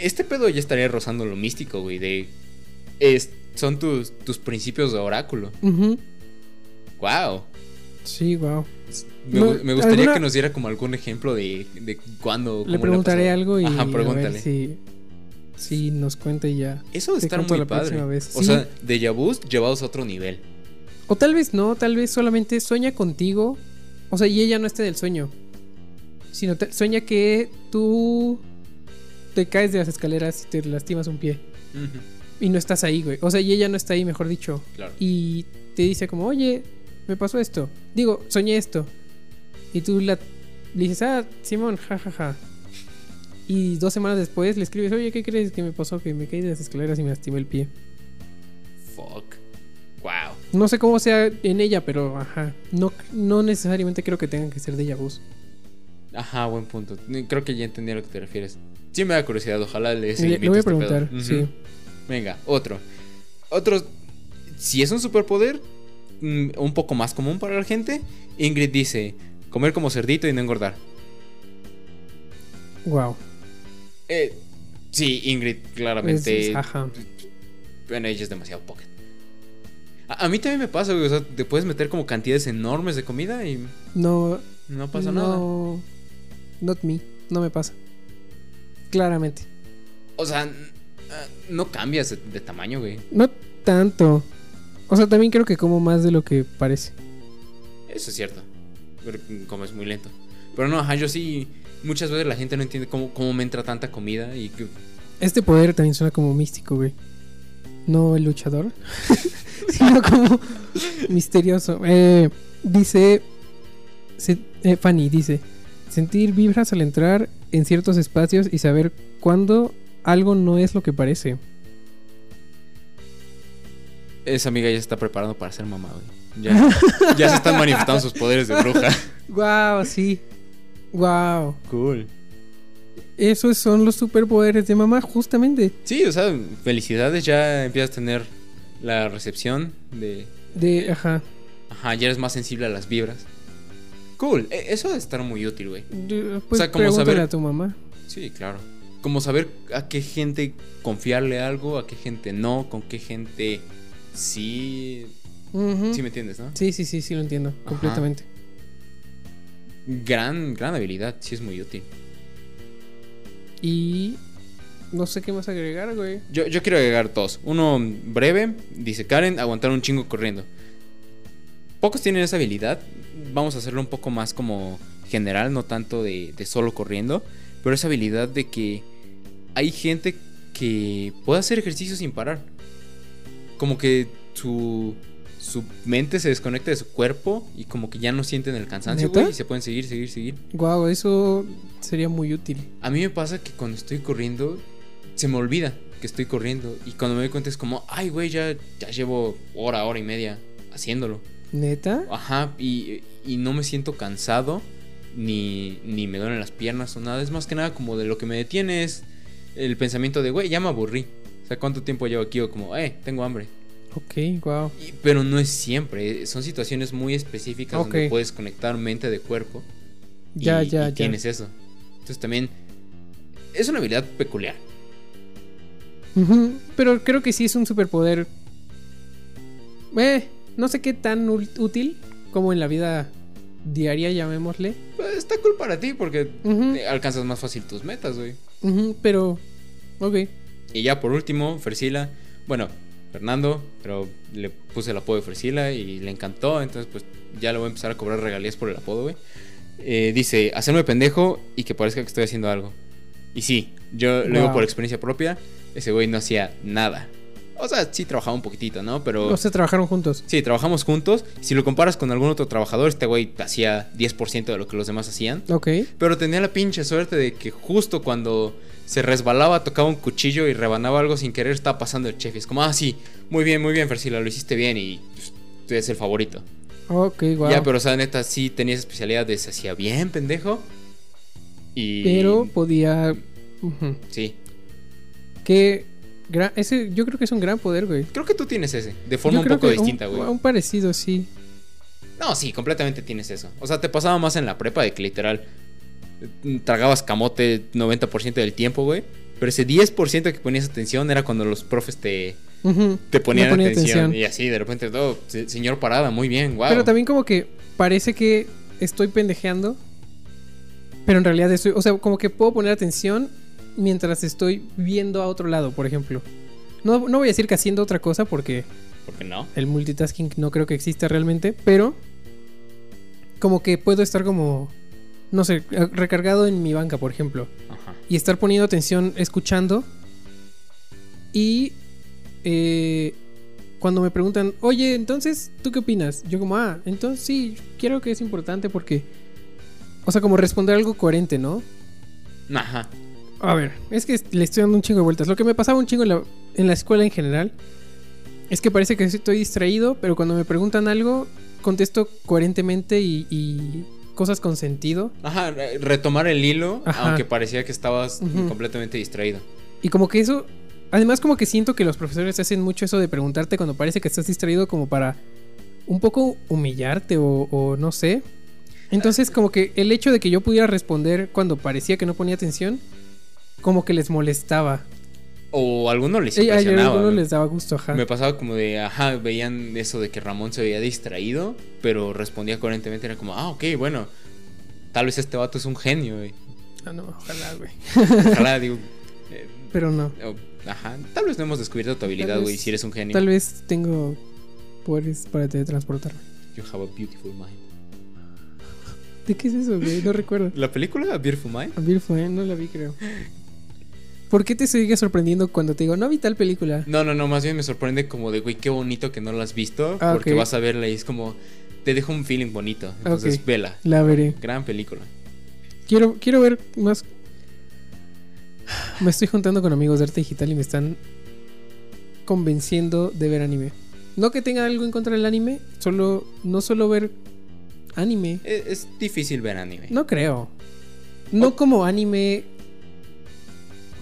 [SPEAKER 1] Este pedo ya estaría rozando lo místico, güey, de... es- son tus, tus principios de oráculo.
[SPEAKER 2] Ujú.
[SPEAKER 1] Wow.
[SPEAKER 2] Sí, wow.
[SPEAKER 1] Me,
[SPEAKER 2] No,
[SPEAKER 1] gu- me gustaría
[SPEAKER 2] alguna-
[SPEAKER 1] que nos diera como algún ejemplo de, de cuándo... cómo
[SPEAKER 2] Le
[SPEAKER 1] ha
[SPEAKER 2] preguntaré
[SPEAKER 1] pasado.
[SPEAKER 2] algo y
[SPEAKER 1] Ajá,
[SPEAKER 2] a ver
[SPEAKER 1] pregúntale.
[SPEAKER 2] si, si nos cuente ya.
[SPEAKER 1] Eso de
[SPEAKER 2] Te
[SPEAKER 1] estar
[SPEAKER 2] cuento
[SPEAKER 1] muy
[SPEAKER 2] la
[SPEAKER 1] padre.
[SPEAKER 2] próxima vez.
[SPEAKER 1] O
[SPEAKER 2] Sí.
[SPEAKER 1] sea, de vus llevados a otro nivel.
[SPEAKER 2] O tal vez no, tal vez solamente sueña contigo. O sea, y ella no está del sueño. Sino te- sueña que tú te caes de las escaleras y te lastimas un pie. Y no estás ahí, güey. O sea, y ella no está ahí, mejor dicho.
[SPEAKER 1] Claro.
[SPEAKER 2] Y te dice como, oye, me pasó esto. Digo, soñé esto. Y tú la, le dices, ah, Simón, jajaja. Y dos semanas después le escribes, oye, ¿qué crees que me pasó? Que me caí de las escaleras y me lastimé el pie.
[SPEAKER 1] Fuck. Wow.
[SPEAKER 2] No sé cómo sea en ella, pero ajá. No, no necesariamente creo que tengan que ser de Yabus.
[SPEAKER 1] Ajá, buen punto. Creo que ya entendí a lo que te refieres. Sí me da curiosidad, ojalá le des
[SPEAKER 2] Le, le
[SPEAKER 1] seguimiento
[SPEAKER 2] voy a
[SPEAKER 1] este pedo.
[SPEAKER 2] preguntar,
[SPEAKER 1] Ujú.
[SPEAKER 2] sí.
[SPEAKER 1] Venga, otro. Otro. Si es un superpoder, mm, un poco más común para la gente. Ingrid dice: comer como cerdito y no engordar.
[SPEAKER 2] Wow.
[SPEAKER 1] Eh, sí, Ingrid, claramente.
[SPEAKER 2] ajá.
[SPEAKER 1] Bueno, ella es demasiado pocket. A, a mí también me pasa, güey. O sea, te puedes meter como cantidades enormes de comida y
[SPEAKER 2] No,
[SPEAKER 1] no pasa nada.
[SPEAKER 2] no, Not me. No me pasa. Claramente.
[SPEAKER 1] O sea, n- ah, no cambias de, de tamaño, güey.
[SPEAKER 2] No tanto. O sea, también creo que como más de lo que parece.
[SPEAKER 1] Eso es cierto. Pero mm, comes muy lento. Pero no, ajá, yo sí. Muchas veces la gente no entiende cómo, cómo me entra tanta comida y que
[SPEAKER 2] Este poder también suena como místico, güey. No el luchador, sino como misterioso. Eh, dice se- eh, Fanny, dice, sentir vibras al entrar en ciertos espacios y saber cuándo algo no es lo que parece.
[SPEAKER 1] Esa amiga ya se está preparando para ser mamá, güey. Ya, ya se están manifestando sus poderes de bruja.
[SPEAKER 2] Wow, sí. Wow.
[SPEAKER 1] Cool.
[SPEAKER 2] Esos son los superpoderes de mamá, justamente.
[SPEAKER 1] Sí, o sea, felicidades, ya empiezas a tener la recepción de...
[SPEAKER 2] De, ajá.
[SPEAKER 1] Ajá, ya eres más sensible a las vibras. Cool, e- eso debe estar muy útil, güey.
[SPEAKER 2] De- Pues
[SPEAKER 1] O sea, como
[SPEAKER 2] pregúntale
[SPEAKER 1] saber-
[SPEAKER 2] a tu mamá.
[SPEAKER 1] Sí, claro. Como saber a qué gente confiarle algo, a qué gente no, con qué gente sí...
[SPEAKER 2] Ujú.
[SPEAKER 1] Sí me entiendes, ¿no?
[SPEAKER 2] Sí, sí, sí, sí lo entiendo,
[SPEAKER 1] Ajá.
[SPEAKER 2] completamente.
[SPEAKER 1] Gran, gran habilidad, sí es muy útil.
[SPEAKER 2] Y no sé qué más agregar, güey.
[SPEAKER 1] Yo, yo quiero agregar dos. Uno breve, dice Karen, aguantar un chingo corriendo. Pocos tienen esa habilidad. Vamos a hacerlo un poco más como general, no tanto de, de solo corriendo. Pero esa habilidad de que hay gente que puede hacer ejercicio sin parar. Como que su, su mente se desconecta de su cuerpo y como que ya no sienten el cansancio,
[SPEAKER 2] ¿Neta?
[SPEAKER 1] güey, y se pueden seguir, seguir, seguir.
[SPEAKER 2] Guau, eso sería muy útil.
[SPEAKER 1] A mí me pasa que cuando estoy corriendo, se me olvida que estoy corriendo. Y cuando me doy cuenta es como, ay, güey, ya, ya llevo hora, hora y media haciéndolo.
[SPEAKER 2] ¿Neta?
[SPEAKER 1] Ajá, y, y no me siento cansado. ni, ni me duelen las piernas o nada. Es más que nada como de lo que me detiene es el pensamiento de, güey, ya me aburrí. O sea, ¿cuánto tiempo llevo aquí? O como, eh, tengo hambre.
[SPEAKER 2] Ok, wow.
[SPEAKER 1] Y- pero no es siempre. Son situaciones muy específicas donde
[SPEAKER 2] Ok.
[SPEAKER 1] puedes conectar mente de cuerpo. y-
[SPEAKER 2] Ya, ya,
[SPEAKER 1] y
[SPEAKER 2] ya.
[SPEAKER 1] Tienes eso. Entonces también es una habilidad peculiar.
[SPEAKER 2] Ujú, Pero creo que sí es un superpoder. Eh, no sé qué tan ul- útil como en la vida diaria, llamémosle.
[SPEAKER 1] Pues, está cool para ti porque
[SPEAKER 2] Ujú,
[SPEAKER 1] eh, alcanzas más fácil tus metas, güey.
[SPEAKER 2] ujú, pero, ok.
[SPEAKER 1] Y ya por último, Fersila. Bueno, Fernando, pero le puse el apodo de Fersila y le encantó. Entonces, pues ya le voy a empezar a cobrar regalías por el apodo, güey. Eh, dice, hacerme pendejo y que parezca que estoy haciendo algo. Y sí, yo lo digo
[SPEAKER 2] Wow.
[SPEAKER 1] por experiencia propia. Ese güey no hacía nada. O sea, sí trabajaba un poquitito, ¿no? Pero...
[SPEAKER 2] O sea, trabajaron juntos.
[SPEAKER 1] Sí, trabajamos juntos. Si lo comparas con algún otro trabajador, este güey hacía 10% de lo que los demás hacían.
[SPEAKER 2] Ok.
[SPEAKER 1] Pero tenía la pinche suerte de que justo cuando se resbalaba, tocaba un cuchillo y rebanaba algo sin querer, estaba pasando el chef. Y es como, ah, sí, muy bien, muy bien, Fersila, lo hiciste bien y pues, tú eres el favorito.
[SPEAKER 2] Ok, wow.
[SPEAKER 1] Ya, pero o sea, neta, sí tenía esa especialidad de se hacía bien, pendejo. Y.
[SPEAKER 2] Pero podía. ujú,
[SPEAKER 1] Sí.
[SPEAKER 2] Que. gra- Ese, yo creo que es un gran poder, güey.
[SPEAKER 1] Creo que tú tienes ese, de forma
[SPEAKER 2] Yo
[SPEAKER 1] un
[SPEAKER 2] creo
[SPEAKER 1] poco
[SPEAKER 2] que
[SPEAKER 1] distinta, güey.
[SPEAKER 2] Un parecido, sí.
[SPEAKER 1] No, sí, completamente tienes eso. O sea, te pasaba más en la prepa de que literal eh, tragabas camote 90% del tiempo, güey. Pero ese 10% que ponías atención era cuando los profes te,
[SPEAKER 2] Ujú.
[SPEAKER 1] te ponían
[SPEAKER 2] Me ponía
[SPEAKER 1] atención.
[SPEAKER 2] atención.
[SPEAKER 1] Y así, de repente, todo, se- señor Parada, muy bien, wow.
[SPEAKER 2] Pero también como que parece que estoy pendejeando. Pero en realidad estoy. O sea, como que puedo poner atención mientras estoy viendo a otro lado, por ejemplo. No, no voy a decir que haciendo otra cosa porque
[SPEAKER 1] ¿Por qué no?
[SPEAKER 2] el multitasking no creo que exista realmente. Pero. Como que puedo estar como. No sé, recargado en mi banca, por ejemplo.
[SPEAKER 1] Ajá.
[SPEAKER 2] y estar poniendo atención, escuchando. Y eh, cuando me preguntan, oye, entonces, ¿tú qué opinas? Yo como, ah, entonces sí, creo que es importante porque... O sea, como responder algo coherente, ¿no?
[SPEAKER 1] Ajá.
[SPEAKER 2] A ver, es que le estoy dando un chingo de vueltas. Lo que me pasaba un chingo en la, en la escuela en general es que parece que estoy distraído, pero cuando me preguntan algo, contesto coherentemente y, y cosas con sentido.
[SPEAKER 1] Ajá, re- retomar el hilo,
[SPEAKER 2] Ajá.
[SPEAKER 1] aunque parecía que estabas
[SPEAKER 2] Ujú.
[SPEAKER 1] completamente distraído.
[SPEAKER 2] Y como que eso. Además, como que siento que los profesores hacen mucho eso de preguntarte cuando parece que estás distraído, como para un poco humillarte o, o no sé. Entonces, como que el hecho de que yo pudiera responder cuando parecía que no ponía atención, como que les molestaba.
[SPEAKER 1] O a alguno les
[SPEAKER 2] Y a
[SPEAKER 1] impresionaba.
[SPEAKER 2] algunos
[SPEAKER 1] güey.
[SPEAKER 2] les daba gusto, ajá.
[SPEAKER 1] Me pasaba como de, ajá, veían eso de que Ramón se veía distraído, pero respondía coherentemente, era como, ah, ok, bueno, tal vez este vato es un genio, güey.
[SPEAKER 2] Ah, no, ojalá, güey.
[SPEAKER 1] Ojalá, digo, eh,
[SPEAKER 2] Pero no.
[SPEAKER 1] o- ajá, tal vez no hemos descubierto tu habilidad,
[SPEAKER 2] vez-
[SPEAKER 1] güey, si eres un genio.
[SPEAKER 2] Tal vez tengo poderes para teletransportarme.
[SPEAKER 1] You have a beautiful mind.
[SPEAKER 2] ¿De qué es eso, güey? No recuerdo.
[SPEAKER 1] ¿La película Beautiful Mind?
[SPEAKER 2] A Beautiful Mind no la vi, creo. ¿Por qué te sigue sorprendiendo cuando te digo, no vi tal película?
[SPEAKER 1] No, no, no, más bien me sorprende como de, güey, qué bonito que no la has visto,
[SPEAKER 2] Ah,
[SPEAKER 1] porque
[SPEAKER 2] ok.
[SPEAKER 1] vas a verla y es como, te deja un feeling bonito, entonces
[SPEAKER 2] ok.
[SPEAKER 1] vela.
[SPEAKER 2] La veré.
[SPEAKER 1] Gran película.
[SPEAKER 2] Quiero, quiero ver más. Me estoy juntando con amigos de arte digital y me están convenciendo de ver anime. No que tenga algo en contra del anime, solo no solo ver anime.
[SPEAKER 1] Es, E, es difícil ver anime.
[SPEAKER 2] No creo. No como anime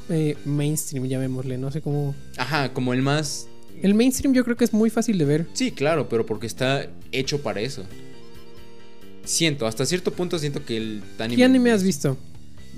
[SPEAKER 2] eh, mainstream, llamémosle. No sé cómo.
[SPEAKER 1] Ajá, como el más...
[SPEAKER 2] El mainstream yo creo que es muy fácil de ver.
[SPEAKER 1] Sí, claro, pero porque está hecho para eso. Siento, hasta cierto punto siento que el anime.
[SPEAKER 2] ¿Qué anime has visto?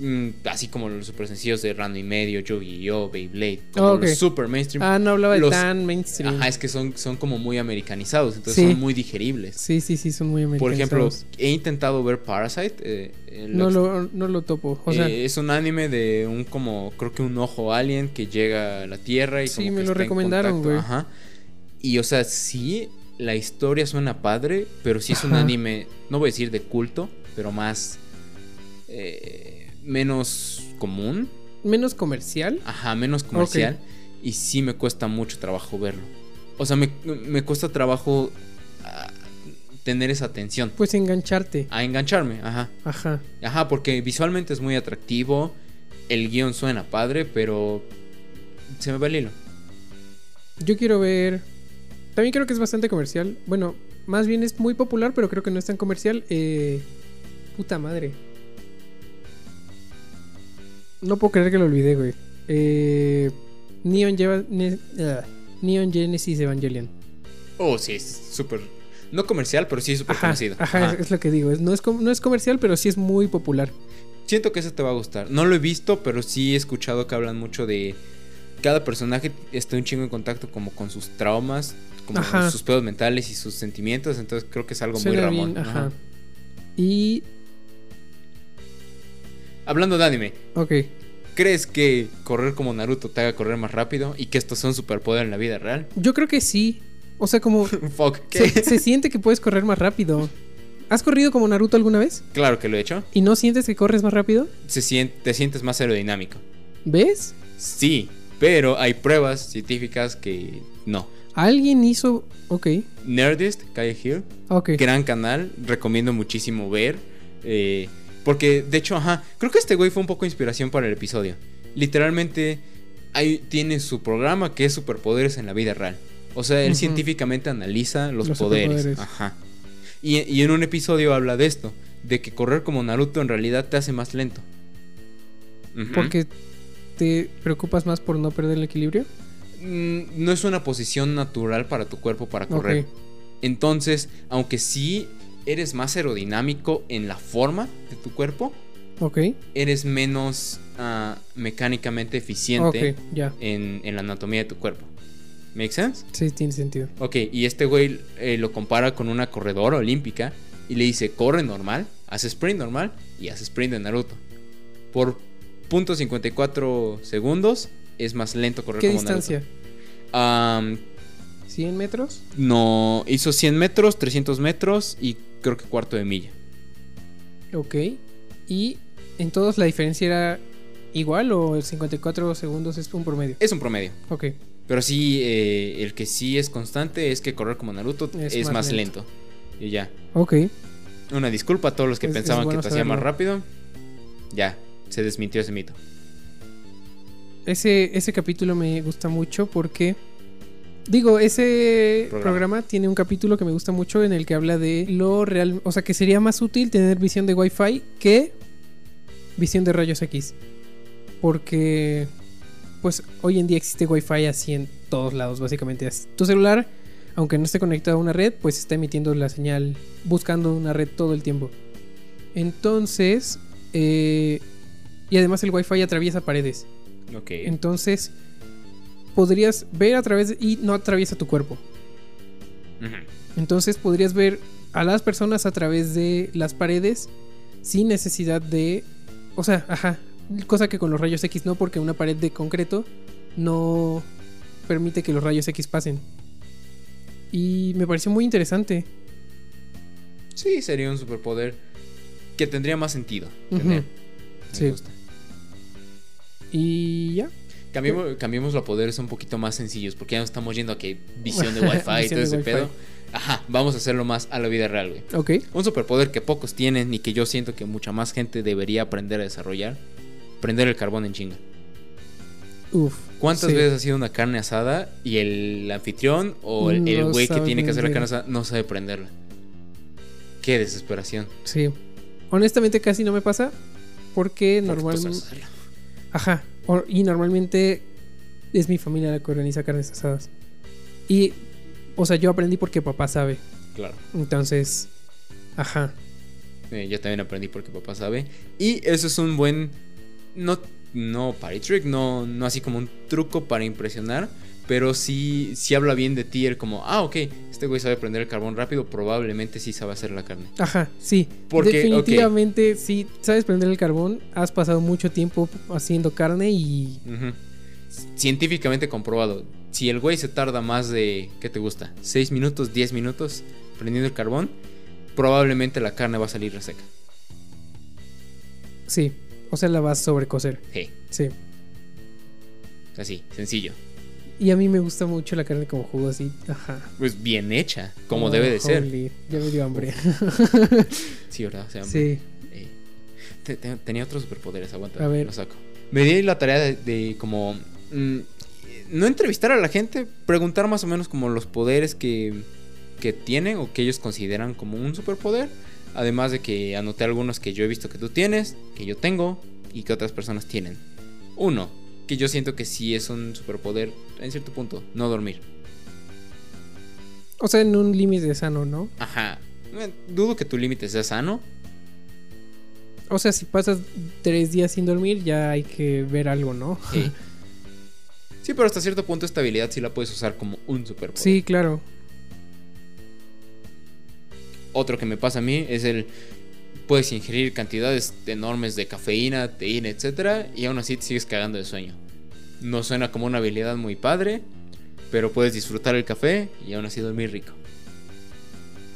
[SPEAKER 1] Mm, así como los super sencillos de Random y medio, Yu-Gi-Oh, Beyblade, como
[SPEAKER 2] Ah, ok.
[SPEAKER 1] los super mainstream.
[SPEAKER 2] Ah, no hablaba de
[SPEAKER 1] Los-
[SPEAKER 2] tan mainstream.
[SPEAKER 1] Ajá, es que son, son como muy americanizados, entonces
[SPEAKER 2] Sí.
[SPEAKER 1] son muy digeribles.
[SPEAKER 2] Sí, sí, sí, son muy
[SPEAKER 1] Por ejemplo,
[SPEAKER 2] americanizados.
[SPEAKER 1] he intentado ver Parasite. eh, eh, lo
[SPEAKER 2] no
[SPEAKER 1] ex-
[SPEAKER 2] lo, no lo topo. O sea,
[SPEAKER 1] eh, es un anime de un como, creo que un ojo alien que llega a la Tierra y
[SPEAKER 2] Sí,
[SPEAKER 1] como que
[SPEAKER 2] me lo
[SPEAKER 1] está en
[SPEAKER 2] recomendaron,
[SPEAKER 1] contacto.
[SPEAKER 2] güey.
[SPEAKER 1] Ajá. Y o sea, sí, la historia suena padre, pero sí es un
[SPEAKER 2] Ajá.
[SPEAKER 1] anime, no voy a decir de culto, pero más... eh, menos común,
[SPEAKER 2] menos comercial.
[SPEAKER 1] ajá, menos comercial. Y sí me cuesta mucho trabajo verlo. O sea, me, me cuesta trabajo ah, tener esa atención.
[SPEAKER 2] Pues engancharte.
[SPEAKER 1] A engancharme, ajá.
[SPEAKER 2] Ajá.
[SPEAKER 1] Ajá, porque visualmente es muy atractivo. El guión suena padre, pero se me va el hilo.
[SPEAKER 2] Yo quiero ver. También creo que es bastante comercial. Bueno, más bien es muy popular, pero creo que no es tan comercial. Eh... Puta madre. No puedo creer que lo olvidé, güey. Eh, Neon, lleva, ne- ah, Neon Genesis Evangelion.
[SPEAKER 1] Oh, sí, es súper. No comercial, pero sí súper
[SPEAKER 2] Ajá,
[SPEAKER 1] conocido.
[SPEAKER 2] ajá,
[SPEAKER 1] Ajá.
[SPEAKER 2] Es, es lo que digo. Es- no, es, com- no es comercial, pero sí es muy popular.
[SPEAKER 1] Siento que eso te va a gustar. No lo he visto, pero sí he escuchado que hablan mucho de. Cada personaje está un chingo en contacto como con sus traumas, como
[SPEAKER 2] Ajá.
[SPEAKER 1] con sus pedos mentales y sus sentimientos. Entonces creo que es algo muy
[SPEAKER 2] Suena
[SPEAKER 1] Ramón.
[SPEAKER 2] bien,
[SPEAKER 1] Ajá.
[SPEAKER 2] ajá. Y.
[SPEAKER 1] Hablando de anime,
[SPEAKER 2] Ok.
[SPEAKER 1] ¿crees que correr como Naruto te haga correr más rápido y que estos son superpoder en la vida real?
[SPEAKER 2] Yo creo que sí. O sea, como.
[SPEAKER 1] Fuck, ¿qué?
[SPEAKER 2] se, se siente que puedes correr más rápido. ¿Has corrido como Naruto alguna vez?
[SPEAKER 1] Claro que lo he hecho.
[SPEAKER 2] ¿Y no sientes que corres más rápido?
[SPEAKER 1] Se sien- te sientes más aerodinámico.
[SPEAKER 2] ¿Ves?
[SPEAKER 1] Sí, pero hay pruebas científicas que no.
[SPEAKER 2] Alguien hizo. Ok.
[SPEAKER 1] Nerdist, Calle Hill,
[SPEAKER 2] Ok.
[SPEAKER 1] gran canal, recomiendo muchísimo ver. eh, porque de hecho, ajá, creo que este güey fue un poco inspiración para el episodio. Literalmente, ahí tiene su programa que es Superpoderes en la vida real. O sea, él
[SPEAKER 2] Ujú.
[SPEAKER 1] científicamente analiza los,
[SPEAKER 2] Los
[SPEAKER 1] poderes.
[SPEAKER 2] superpoderes.
[SPEAKER 1] Ajá. Y, y en un episodio habla de esto, de que correr como Naruto en realidad te hace más lento. Ujú.
[SPEAKER 2] Porque te preocupas más por no perder el equilibrio.
[SPEAKER 1] Mm, no es una posición natural para tu cuerpo para correr.
[SPEAKER 2] Ok.
[SPEAKER 1] Entonces, aunque sí eres más aerodinámico en la forma de tu cuerpo,
[SPEAKER 2] Ok.
[SPEAKER 1] eres menos ah, mecánicamente
[SPEAKER 2] Ok,
[SPEAKER 1] eficiente
[SPEAKER 2] ya.
[SPEAKER 1] en, en la anatomía de tu cuerpo. ¿Make sense?
[SPEAKER 2] Sí, tiene sentido.
[SPEAKER 1] Ok, y este güey eh, lo compara con una corredora olímpica y le dice, corre normal, haz sprint normal y haz sprint de Naruto. Por .54 segundos es más lento correr
[SPEAKER 2] ¿Qué
[SPEAKER 1] como
[SPEAKER 2] distancia?
[SPEAKER 1] Naruto. Ah,
[SPEAKER 2] ¿100 metros?
[SPEAKER 1] No, hizo 100 metros, 300 metros y creo que cuarto de milla.
[SPEAKER 2] Ok. ¿Y en todos la diferencia era igual o el 54 segundos es un promedio?
[SPEAKER 1] Es un promedio.
[SPEAKER 2] Ok.
[SPEAKER 1] Pero sí, eh, el que sí es constante es que correr como Naruto es, más, lento. Y ya.
[SPEAKER 2] Ok.
[SPEAKER 1] Una disculpa a todos los que
[SPEAKER 2] Es- es
[SPEAKER 1] pensaban
[SPEAKER 2] bueno
[SPEAKER 1] que te hacía más
[SPEAKER 2] saberlo.
[SPEAKER 1] rápido. Ya, se desmintió ese mito.
[SPEAKER 2] Ese, ese capítulo me gusta mucho porque. Digo, ese
[SPEAKER 1] Programa.
[SPEAKER 2] programa. tiene un capítulo que me gusta mucho en el que habla de lo real. O sea, que sería más útil tener visión de Wi-Fi que visión de rayos X. Porque. Pues hoy en día existe Wi-Fi así en todos lados, básicamente. As- Tu celular, aunque no esté conectado a una red, pues está emitiendo la señal buscando una red todo el tiempo. Entonces. eh, y además el Wi-Fi atraviesa paredes.
[SPEAKER 1] Ok.
[SPEAKER 2] Entonces, podrías ver a través de- y no atraviesa tu cuerpo.
[SPEAKER 1] Ujú.
[SPEAKER 2] Entonces, podrías ver a las personas a través de las paredes sin necesidad de, o sea, ajá, cosa que con los rayos X no porque una pared de concreto no permite que los rayos X pasen. Y me pareció muy interesante.
[SPEAKER 1] Sí, sería un superpoder que tendría más sentido.
[SPEAKER 2] Ujú.
[SPEAKER 1] tener. Me
[SPEAKER 2] Sí.
[SPEAKER 1] gusta.
[SPEAKER 2] Y ya.
[SPEAKER 1] Cambiemos, cambiemos a poderes un poquito más sencillos, porque ya no estamos yendo a que visión de Wi-Fi y
[SPEAKER 2] Visión
[SPEAKER 1] todo
[SPEAKER 2] de
[SPEAKER 1] ese
[SPEAKER 2] Wi-Fi.
[SPEAKER 1] pedo. Ajá, vamos a hacerlo más a la vida real, güey.
[SPEAKER 2] Ok.
[SPEAKER 1] Un superpoder que pocos tienen y que yo siento que mucha más gente debería aprender a desarrollar. Prender el carbón en chinga.
[SPEAKER 2] Uf.
[SPEAKER 1] ¿Cuántas
[SPEAKER 2] sí.
[SPEAKER 1] veces ha sido una carne asada y el anfitrión o el el
[SPEAKER 2] No
[SPEAKER 1] güey que
[SPEAKER 2] sabe
[SPEAKER 1] tiene que hacer la carne
[SPEAKER 2] prender.
[SPEAKER 1] asada no sabe prenderla? Qué desesperación.
[SPEAKER 2] Sí. Honestamente casi no me pasa porque
[SPEAKER 1] Porque, pues,
[SPEAKER 2] normalmente...
[SPEAKER 1] asarla.
[SPEAKER 2] Ajá. o- y normalmente es mi familia la que organiza carnes asadas. Y, o sea, yo aprendí porque papá sabe.
[SPEAKER 1] Claro.
[SPEAKER 2] Entonces, ajá.
[SPEAKER 1] Eh, yo también aprendí porque papá sabe. Y eso es un buen. No, no party trick, no, no así como un truco para impresionar. Pero sí, sí habla bien de ti. El como, ah, ok, este güey sabe prender el carbón rápido. Probablemente sí sabe hacer la carne.
[SPEAKER 2] Ajá, sí.
[SPEAKER 1] Porque,
[SPEAKER 2] Definitivamente, si sabes prender el carbón, has pasado mucho tiempo haciendo carne y...
[SPEAKER 1] Ujú. Científicamente comprobado. Si el güey se tarda más de. ¿Qué te gusta? ¿6 minutos, 10 minutos prendiendo el carbón? Probablemente la carne va a salir reseca.
[SPEAKER 2] Sí. O sea, la vas a sobrecocer.
[SPEAKER 1] Hey,
[SPEAKER 2] Sí.
[SPEAKER 1] así, sencillo.
[SPEAKER 2] Y a mí me gusta mucho la carne como jugo así. Ajá.
[SPEAKER 1] Pues bien hecha, como
[SPEAKER 2] Oh,
[SPEAKER 1] debe de ser.
[SPEAKER 2] holy, Ya me dio hambre.
[SPEAKER 1] Sí, ¿verdad? O sea,
[SPEAKER 2] sí.
[SPEAKER 1] eh, te- te- tenía otros superpoderes, aguanta.
[SPEAKER 2] A ver.
[SPEAKER 1] Lo saco. Me di la tarea de, de como. mm, no entrevistar a la gente, preguntar más o menos como los poderes que, que tienen o que ellos consideran como un superpoder. Además de que anoté algunos que yo he visto que tú tienes, que yo tengo y que otras personas tienen. Uno, que yo siento que sí es un superpoder en cierto punto, no dormir.
[SPEAKER 2] O sea, en un límite sano, ¿no?
[SPEAKER 1] Ajá. Eh, Dudo que tu límite sea sano.
[SPEAKER 2] O sea, si pasas tres días sin dormir, ya hay que ver algo, ¿no?
[SPEAKER 1] Sí. Sí, pero hasta cierto punto esta habilidad sí la puedes usar como un superpoder.
[SPEAKER 2] Sí, claro.
[SPEAKER 1] Otro que me pasa a mí es el puedes ingerir cantidades enormes de cafeína, teína, etcétera, y aún así te sigues cagando de sueño. No suena como una habilidad muy padre, pero puedes disfrutar el café y aún así dormir rico.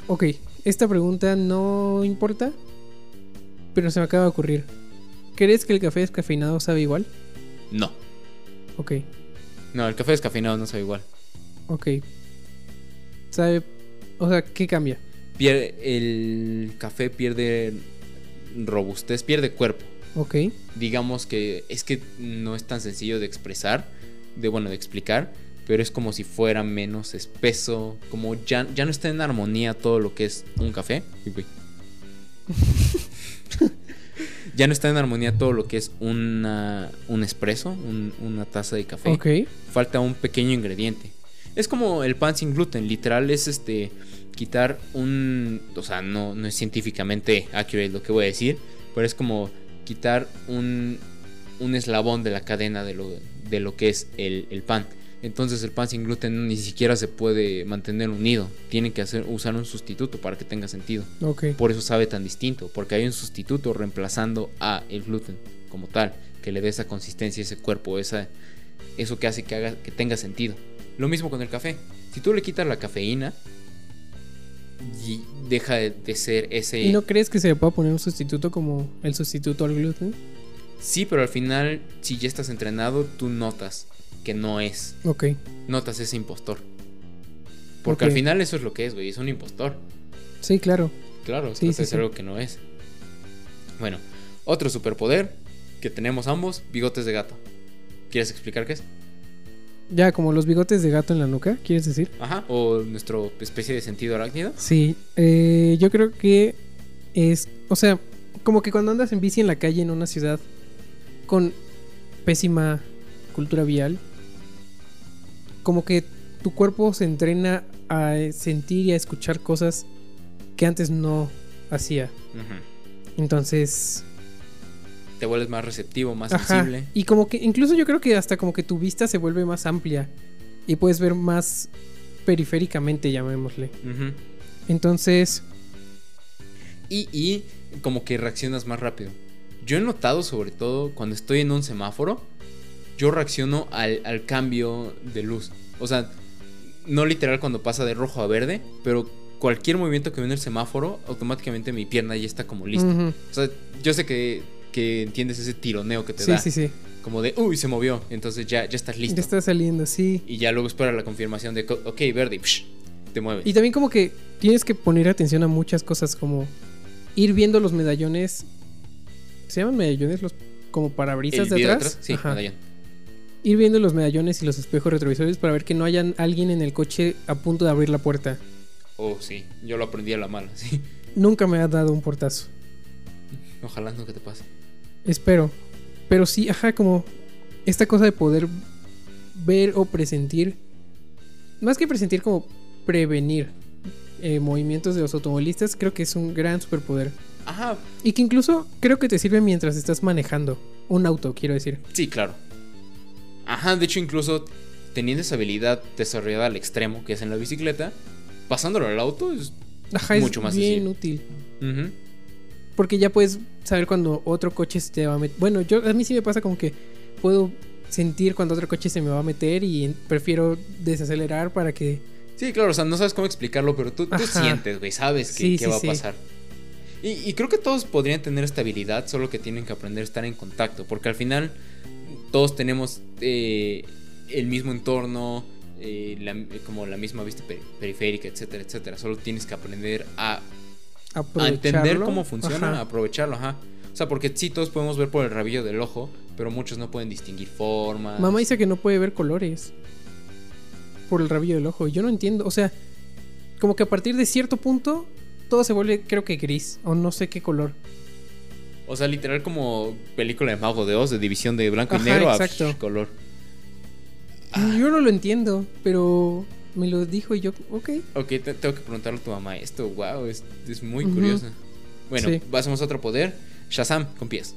[SPEAKER 2] Ok, esta pregunta no importa, pero se me acaba de ocurrir. ¿Crees que el café descafeinado sabe igual?
[SPEAKER 1] No.
[SPEAKER 2] Ok,
[SPEAKER 1] No, el café descafeinado no sabe igual.
[SPEAKER 2] ok. ¿Sabe? O sea, ¿qué cambia?
[SPEAKER 1] Pier- el café pierde robustez, pierde cuerpo.
[SPEAKER 2] Ok,
[SPEAKER 1] Digamos que es que no es tan sencillo de expresar, de bueno, de explicar, pero es como si fuera menos espeso, como ya, ya no está en armonía todo lo que es un café. Uy, güey. ya no está en armonía todo lo que es una, un espresso, un- una taza de café
[SPEAKER 2] ok.
[SPEAKER 1] falta un pequeño ingrediente. Es como el pan sin gluten, literal es este quitar un, o sea, no, no es científicamente accurate lo que voy a decir, pero es como quitar un, un eslabón de la cadena de lo, de lo que es el, el pan. Entonces el pan sin gluten ni siquiera se puede mantener unido, tienen que hacer, usar un sustituto para que tenga sentido.
[SPEAKER 2] Ok,
[SPEAKER 1] Por eso sabe tan distinto, porque hay un sustituto reemplazando a el gluten como tal, que le dé esa consistencia, ese cuerpo, esa, eso que hace que, haga, que tenga sentido. Lo mismo con el café. Si tú le quitas la cafeína, y deja de, de ser ese...
[SPEAKER 2] ¿Y no crees que se le pueda poner un sustituto como el sustituto al gluten?
[SPEAKER 1] Sí, pero al final, si ya estás entrenado, tú notas que no es.
[SPEAKER 2] Ok,
[SPEAKER 1] Notas ese impostor. Porque
[SPEAKER 2] Ok.
[SPEAKER 1] al final eso es lo que es, güey, es un impostor.
[SPEAKER 2] sí, claro.
[SPEAKER 1] Claro,
[SPEAKER 2] Sí,
[SPEAKER 1] sí,
[SPEAKER 2] sí,
[SPEAKER 1] es
[SPEAKER 2] sí.
[SPEAKER 1] algo que no es. Bueno, otro superpoder que tenemos ambos, bigotes de gato. ¿Quieres explicar qué es?
[SPEAKER 2] Ya, como los bigotes de gato en la nuca, ¿quieres decir?
[SPEAKER 1] Ajá. O nuestro especie de sentido arácnido.
[SPEAKER 2] Sí, eh, yo creo que es, o sea, como que cuando andas en bici en la calle en una ciudad con pésima cultura vial, como que tu cuerpo se entrena a sentir y a escuchar cosas que antes no hacía.
[SPEAKER 1] Ujú.
[SPEAKER 2] Entonces,
[SPEAKER 1] Te vuelves más receptivo, más
[SPEAKER 2] ajá.
[SPEAKER 1] sensible.
[SPEAKER 2] Y como que, incluso yo creo que hasta como que tu vista se vuelve más amplia y puedes ver más periféricamente, llamémosle.
[SPEAKER 1] Ujú.
[SPEAKER 2] Entonces,
[SPEAKER 1] y, y como que reaccionas más rápido. Yo he notado, sobre todo, cuando estoy en un semáforo, yo reacciono al, al cambio de luz. O sea, no literal cuando pasa de rojo a verde, pero cualquier movimiento que veo en el semáforo, automáticamente mi pierna ya está como lista.
[SPEAKER 2] ujú,
[SPEAKER 1] O sea, yo sé que, que entiendes ese tironeo que te
[SPEAKER 2] sí,
[SPEAKER 1] da.
[SPEAKER 2] sí, sí.
[SPEAKER 1] Como de, uy, se movió. Entonces ya, ya estás listo.
[SPEAKER 2] Ya está saliendo, sí.
[SPEAKER 1] Y ya luego espera la confirmación de, co- ok, verde, y psh, te mueves.
[SPEAKER 2] Y también como que tienes que poner atención a muchas cosas, como ir viendo los medallones. ¿Se llaman medallones los como parabrisas de
[SPEAKER 1] video
[SPEAKER 2] atrás?
[SPEAKER 1] Sí,
[SPEAKER 2] Ajá.
[SPEAKER 1] medallón.
[SPEAKER 2] Ir viendo los medallones y los espejos retrovisores para ver que no haya alguien en el coche a punto de abrir la puerta.
[SPEAKER 1] Oh, sí, yo lo aprendí a la mala, sí.
[SPEAKER 2] Nunca me ha dado un portazo.
[SPEAKER 1] Ojalá nunca te pase.
[SPEAKER 2] Espero. Pero sí, ajá, como esta cosa de poder ver o presentir. Más que presentir, como prevenir eh, movimientos de los automovilistas, creo que es un gran superpoder.
[SPEAKER 1] Ajá,
[SPEAKER 2] Y que incluso creo que te sirve mientras estás manejando un auto, quiero decir.
[SPEAKER 1] sí, claro. Ajá, de hecho, incluso teniendo esa habilidad desarrollada al extremo, que es en la bicicleta, pasándolo al auto es.
[SPEAKER 2] Ajá, es
[SPEAKER 1] Mucho más
[SPEAKER 2] bien
[SPEAKER 1] sencillo.
[SPEAKER 2] útil.
[SPEAKER 1] Ujú.
[SPEAKER 2] Porque ya puedes saber cuando otro coche se te va a meter. Bueno, yo a mí sí me pasa como que puedo sentir cuando otro coche se me va a meter y prefiero desacelerar para que...
[SPEAKER 1] Sí, claro, o sea, no sabes cómo explicarlo, pero tú, tú
[SPEAKER 2] Ajá.
[SPEAKER 1] sientes, güey, sabes que,
[SPEAKER 2] Sí,
[SPEAKER 1] que
[SPEAKER 2] sí,
[SPEAKER 1] va
[SPEAKER 2] sí.
[SPEAKER 1] a pasar. Y, y creo que todos podrían tener esta habilidad, solo que tienen que aprender a estar en contacto, porque al final todos tenemos eh, el mismo entorno, eh, la- como la misma vista peri- periférica, etcétera, etcétera. Solo tienes que aprender a, a entender
[SPEAKER 2] aprovecharlo.
[SPEAKER 1] cómo funciona,
[SPEAKER 2] Ajá.
[SPEAKER 1] aprovecharlo, ajá. O sea, porque sí, todos podemos ver por el rabillo del ojo, pero muchos no pueden distinguir formas.
[SPEAKER 2] Mamá dice que no puede ver colores por el rabillo del ojo. Yo no entiendo, o sea, como que a partir de cierto punto todo se vuelve creo que gris o no sé qué color.
[SPEAKER 1] O sea, literal como película de Mago de Oz, de división de blanco
[SPEAKER 2] Ajá,
[SPEAKER 1] y negro a
[SPEAKER 2] exacto.
[SPEAKER 1] psh, color. Ah.
[SPEAKER 2] Yo no lo entiendo, pero me lo dijo y yo, ok.
[SPEAKER 1] Ok, te- tengo que preguntarle a tu mamá esto. Wow, es, es muy
[SPEAKER 2] Ujú.
[SPEAKER 1] curioso. Bueno,
[SPEAKER 2] Sí.
[SPEAKER 1] pasamos a otro poder. Shazam con pies.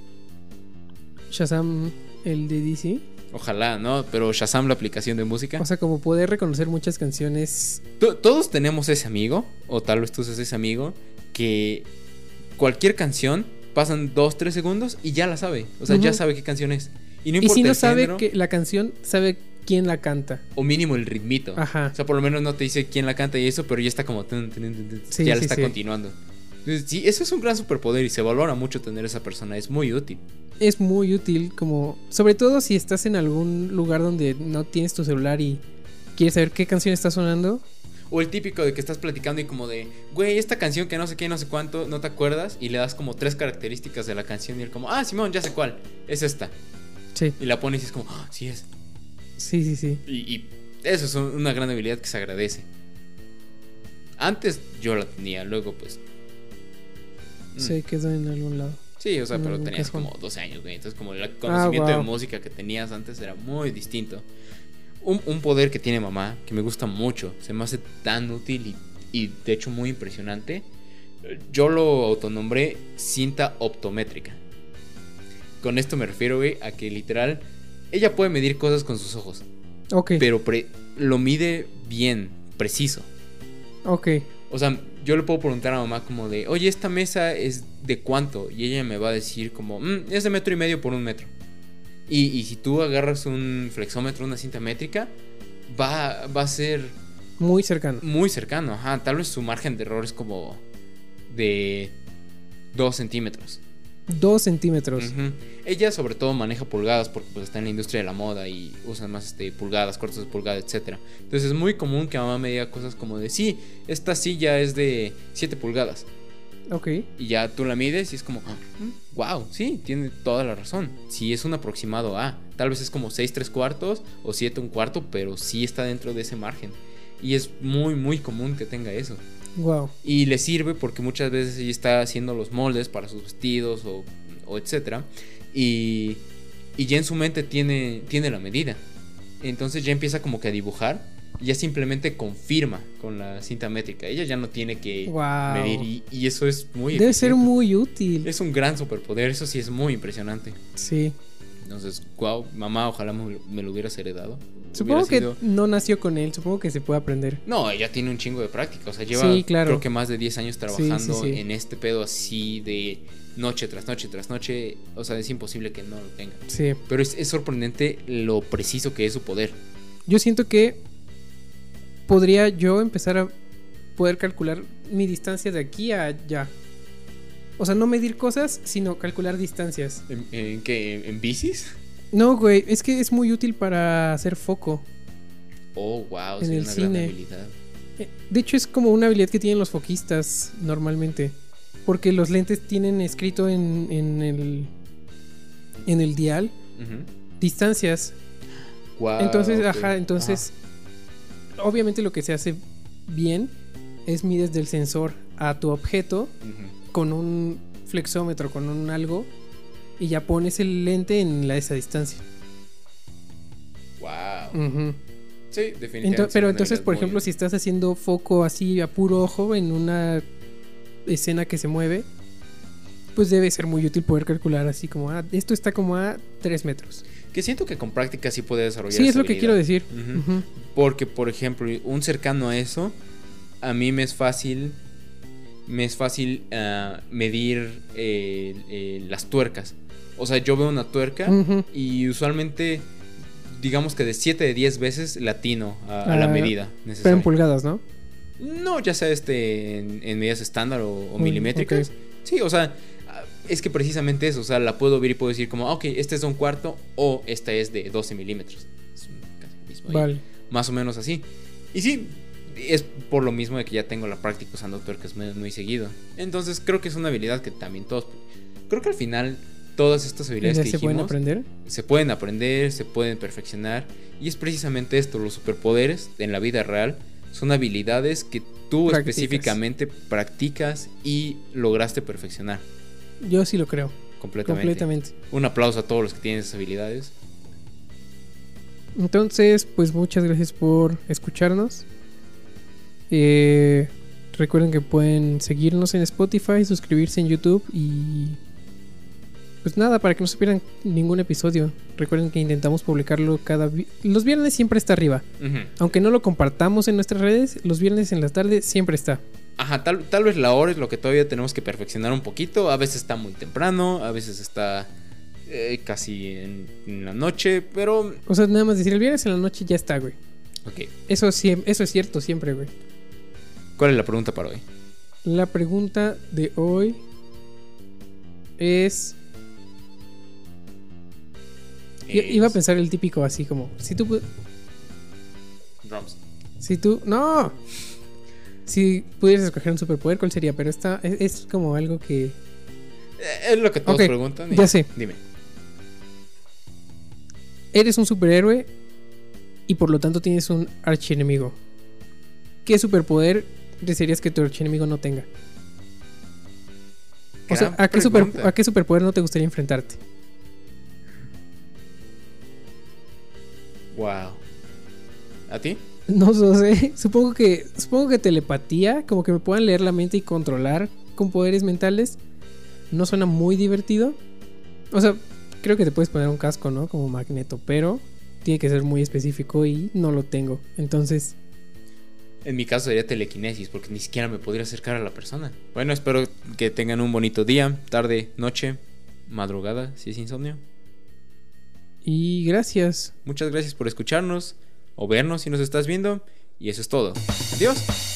[SPEAKER 2] Shazam, el de DC.
[SPEAKER 1] Ojalá, ¿no? Pero Shazam, la aplicación de música.
[SPEAKER 2] O sea, como poder reconocer muchas canciones.
[SPEAKER 1] To- Todos tenemos ese amigo, o tal vez tú seas ese amigo, que cualquier canción pasan 2, 3 segundos y ya la sabe. O sea, ya
[SPEAKER 2] Ujú.
[SPEAKER 1] sabe qué canción es. Y no
[SPEAKER 2] Y
[SPEAKER 1] importa
[SPEAKER 2] si no
[SPEAKER 1] el
[SPEAKER 2] sabe
[SPEAKER 1] género,
[SPEAKER 2] que la canción, sabe quién la canta.
[SPEAKER 1] o mínimo el ritmito.
[SPEAKER 2] Ajá.
[SPEAKER 1] O sea, por lo menos no te dice quién la canta y eso, pero ya está como... tun, tun, tun, tun,
[SPEAKER 2] Sí,
[SPEAKER 1] ya la
[SPEAKER 2] sí,
[SPEAKER 1] está
[SPEAKER 2] sí.
[SPEAKER 1] continuando. Entonces, sí, eso es un gran superpoder y se valora mucho tener esa persona. Es muy útil.
[SPEAKER 2] Es muy útil, como. Sobre todo si estás en algún lugar donde no tienes tu celular y quieres saber qué canción está sonando.
[SPEAKER 1] O el típico de que estás platicando y como de, güey, esta canción que no sé qué, no sé cuánto, no te acuerdas y le das como tres características de la canción y él como, ah, Simón, ya sé cuál, es esta.
[SPEAKER 2] Sí,
[SPEAKER 1] Y la pones y es como, "Ah, sí es.
[SPEAKER 2] sí, sí, sí.
[SPEAKER 1] Y, y eso es un- una gran habilidad que se agradece. Antes yo la tenía, luego pues... mm,
[SPEAKER 2] Se quedó en algún lado.
[SPEAKER 1] Sí, o sea,
[SPEAKER 2] en
[SPEAKER 1] pero
[SPEAKER 2] algún
[SPEAKER 1] tenías
[SPEAKER 2] cajón.
[SPEAKER 1] como 12 años, güey. Entonces como el conocimiento de
[SPEAKER 2] wow.
[SPEAKER 1] música que tenías antes era muy distinto. Un, un poder que tiene mamá, que me gusta mucho, se me hace tan útil y, y de hecho muy impresionante. Yo lo autonombré cinta optométrica. Con esto me refiero, güey, a que literal, ella puede medir cosas con sus ojos
[SPEAKER 2] Ok,
[SPEAKER 1] pero pre- lo mide bien, preciso.
[SPEAKER 2] ok.
[SPEAKER 1] O sea, yo le puedo preguntar a mamá como de, oye, esta mesa es de cuánto? Y ella me va a decir como, "Mm, es de metro y medio por un metro. Y, y si tú agarras un flexómetro, una cinta métrica, va, va a ser
[SPEAKER 2] Muy cercano.
[SPEAKER 1] muy cercano. Ajá, tal vez su margen de error es como de 2 centímetros.
[SPEAKER 2] Dos centímetros.
[SPEAKER 1] Ujú. Ella sobre todo maneja pulgadas porque pues está en la industria de la moda y usan más este, pulgadas, cortos de pulgada, etc. Entonces es muy común que mamá me diga cosas como de, sí, esta silla es de 7 pulgadas.
[SPEAKER 2] Ok.
[SPEAKER 1] Y ya tú la mides y es como, wow, sí, tiene toda la razón. Sí es un aproximado a, tal vez es como 6 3 cuartos o 7 un cuarto, pero sí está dentro de ese margen. Y es muy, muy común que tenga eso.
[SPEAKER 2] Wow.
[SPEAKER 1] Y le sirve porque muchas veces ella está haciendo los moldes para sus vestidos o, o etcétera. Y, y ya en su mente tiene, tiene la medida. Entonces ya empieza como que a dibujar. Y ya simplemente confirma con la cinta métrica. Ella ya no tiene que
[SPEAKER 2] Wow.
[SPEAKER 1] medir. Y, y eso es muy...
[SPEAKER 2] Debe ser
[SPEAKER 1] eficiente.
[SPEAKER 2] muy útil.
[SPEAKER 1] Es un gran superpoder. Eso sí es muy impresionante.
[SPEAKER 2] Sí.
[SPEAKER 1] Entonces, wow, mamá, ojalá me, me lo hubieras heredado.
[SPEAKER 2] Supongo
[SPEAKER 1] Hubiera
[SPEAKER 2] que
[SPEAKER 1] sido-
[SPEAKER 2] no nació con él, supongo que se puede aprender.
[SPEAKER 1] No, ella tiene un chingo de práctica. O sea, lleva
[SPEAKER 2] Sí, claro.
[SPEAKER 1] creo que más de 10 años trabajando
[SPEAKER 2] sí, sí.
[SPEAKER 1] en este pedo así de noche tras noche tras noche. O sea, es imposible que no lo tenga.
[SPEAKER 2] Sí.
[SPEAKER 1] Pero es, es sorprendente lo preciso que es su poder.
[SPEAKER 2] Yo siento que podría yo empezar a poder calcular mi distancia de aquí a allá. O sea, no medir cosas, sino calcular distancias.
[SPEAKER 1] ¿En, en qué? ¿En bicis?
[SPEAKER 2] No, güey, es que es muy útil para hacer foco.
[SPEAKER 1] Oh, wow,
[SPEAKER 2] En
[SPEAKER 1] sí,
[SPEAKER 2] el
[SPEAKER 1] una gran
[SPEAKER 2] cine.
[SPEAKER 1] habilidad.
[SPEAKER 2] Eh, De hecho, es como una habilidad que tienen los foquistas normalmente. Porque los lentes tienen escrito en, en el. en el dial
[SPEAKER 1] Ujú.
[SPEAKER 2] distancias.
[SPEAKER 1] Guau,
[SPEAKER 2] Entonces,
[SPEAKER 1] Ah, ok.
[SPEAKER 2] ajá, entonces. Obviamente lo que se hace bien es mides del sensor a tu objeto
[SPEAKER 1] Ajá. Ujú.
[SPEAKER 2] con un flexómetro, con un algo, y ya pones el lente en la, esa distancia.
[SPEAKER 1] Wow.
[SPEAKER 2] Ujú.
[SPEAKER 1] Sí, definitivamente.
[SPEAKER 2] Mm. Ento-
[SPEAKER 1] es
[SPEAKER 2] pero
[SPEAKER 1] una
[SPEAKER 2] entonces,
[SPEAKER 1] habilidad
[SPEAKER 2] por
[SPEAKER 1] muy
[SPEAKER 2] ejemplo, si
[SPEAKER 1] útil.
[SPEAKER 2] estás haciendo foco así a puro ojo en una escena que se mueve, pues debe ser muy útil poder calcular así como, ah, esto está como a 3 metros.
[SPEAKER 1] Que siento que con práctica sí puede desarrollar
[SPEAKER 2] Sí, es
[SPEAKER 1] esa
[SPEAKER 2] lo que quiero
[SPEAKER 1] habilidad.
[SPEAKER 2] decir.
[SPEAKER 1] Ujú.
[SPEAKER 2] Ujú.
[SPEAKER 1] Porque, por ejemplo, un cercano a eso, a mí me es fácil. Me es fácil ah, medir eh, eh, las tuercas. O sea, yo veo una tuerca
[SPEAKER 2] Ujú.
[SPEAKER 1] y usualmente, digamos que de 7 de 10 veces latino a, a la
[SPEAKER 2] Ah,
[SPEAKER 1] medida
[SPEAKER 2] Pero en
[SPEAKER 1] necesaria.
[SPEAKER 2] pulgadas, ¿no?
[SPEAKER 1] No, ya sea este en, en medidas estándar o, o
[SPEAKER 2] Mm,
[SPEAKER 1] milimétricas. Sí, o sea, ah, es que precisamente eso. O sea, la puedo ver y puedo decir, como, ah, ok, este es de un cuarto o esta es de 12 milímetros. Es casi lo mismo ahí
[SPEAKER 2] Vale.
[SPEAKER 1] más o menos así. Y sí, es por lo mismo de que ya tengo la práctica usando tuercas muy, muy seguido. Entonces creo que es una habilidad que también todos... Creo que al final todas estas
[SPEAKER 2] ¿Ya
[SPEAKER 1] habilidades
[SPEAKER 2] se
[SPEAKER 1] que
[SPEAKER 2] pueden
[SPEAKER 1] dijimos
[SPEAKER 2] aprender?
[SPEAKER 1] se pueden aprender, se pueden perfeccionar. Y es precisamente esto, los superpoderes en la vida real son habilidades que tú
[SPEAKER 2] Practicas.
[SPEAKER 1] específicamente practicas y lograste perfeccionar.
[SPEAKER 2] Yo sí lo creo.
[SPEAKER 1] completamente.
[SPEAKER 2] completamente.
[SPEAKER 1] Un aplauso a todos los que tienen esas habilidades.
[SPEAKER 2] Entonces, pues muchas gracias por escucharnos. Eh, recuerden que pueden seguirnos en Spotify, suscribirse en YouTube y... Pues nada, para que no se pierdan ningún episodio. Recuerden que intentamos publicarlo cada... vi- Los viernes siempre está arriba.
[SPEAKER 1] Ujú.
[SPEAKER 2] Aunque no lo compartamos en nuestras redes, los viernes en la tarde siempre está.
[SPEAKER 1] Ajá, tal, tal vez la hora es lo que todavía tenemos que perfeccionar un poquito. A veces está muy temprano, a veces está eh, casi en, en la noche, pero...
[SPEAKER 2] O sea, nada más decir el viernes en la noche ya está, güey.
[SPEAKER 1] Ok,
[SPEAKER 2] Eso, siem- eso es cierto siempre, güey.
[SPEAKER 1] ¿cuál es la pregunta para hoy?
[SPEAKER 2] La pregunta de hoy es... I- Iba a pensar el típico así como, si tú, pu-
[SPEAKER 1] Drums.
[SPEAKER 2] si tú, no, si pudieras escoger un superpoder, ¿cuál sería? Pero esta es, es como algo que,
[SPEAKER 1] Eh, Es lo que todos
[SPEAKER 2] Ok,
[SPEAKER 1] preguntan.
[SPEAKER 2] ya sé.
[SPEAKER 1] Dime.
[SPEAKER 2] eres un superhéroe y por lo tanto tienes un archienemigo. ¿Qué superpoder desearías que tu archienemigo no tenga? O sea,
[SPEAKER 1] Gran
[SPEAKER 2] ¿a qué, super-
[SPEAKER 1] pregunta.
[SPEAKER 2] ¿a qué superpoder no te gustaría enfrentarte?
[SPEAKER 1] Wow. ¿A ti?
[SPEAKER 2] No lo sé, supongo que, supongo que telepatía, como que me puedan leer la mente y controlar con poderes mentales, no suena muy divertido. O sea, creo que te puedes poner un casco, ¿no? Como magneto, pero tiene que ser muy específico y no lo tengo. Entonces,
[SPEAKER 1] En mi caso sería telequinesis, porque ni siquiera me podría acercar a la persona. Bueno, espero que tengan un bonito día, tarde, noche, madrugada, si es insomnio.
[SPEAKER 2] y gracias.
[SPEAKER 1] Muchas gracias por escucharnos o vernos si nos estás viendo. Y eso es todo. Adiós.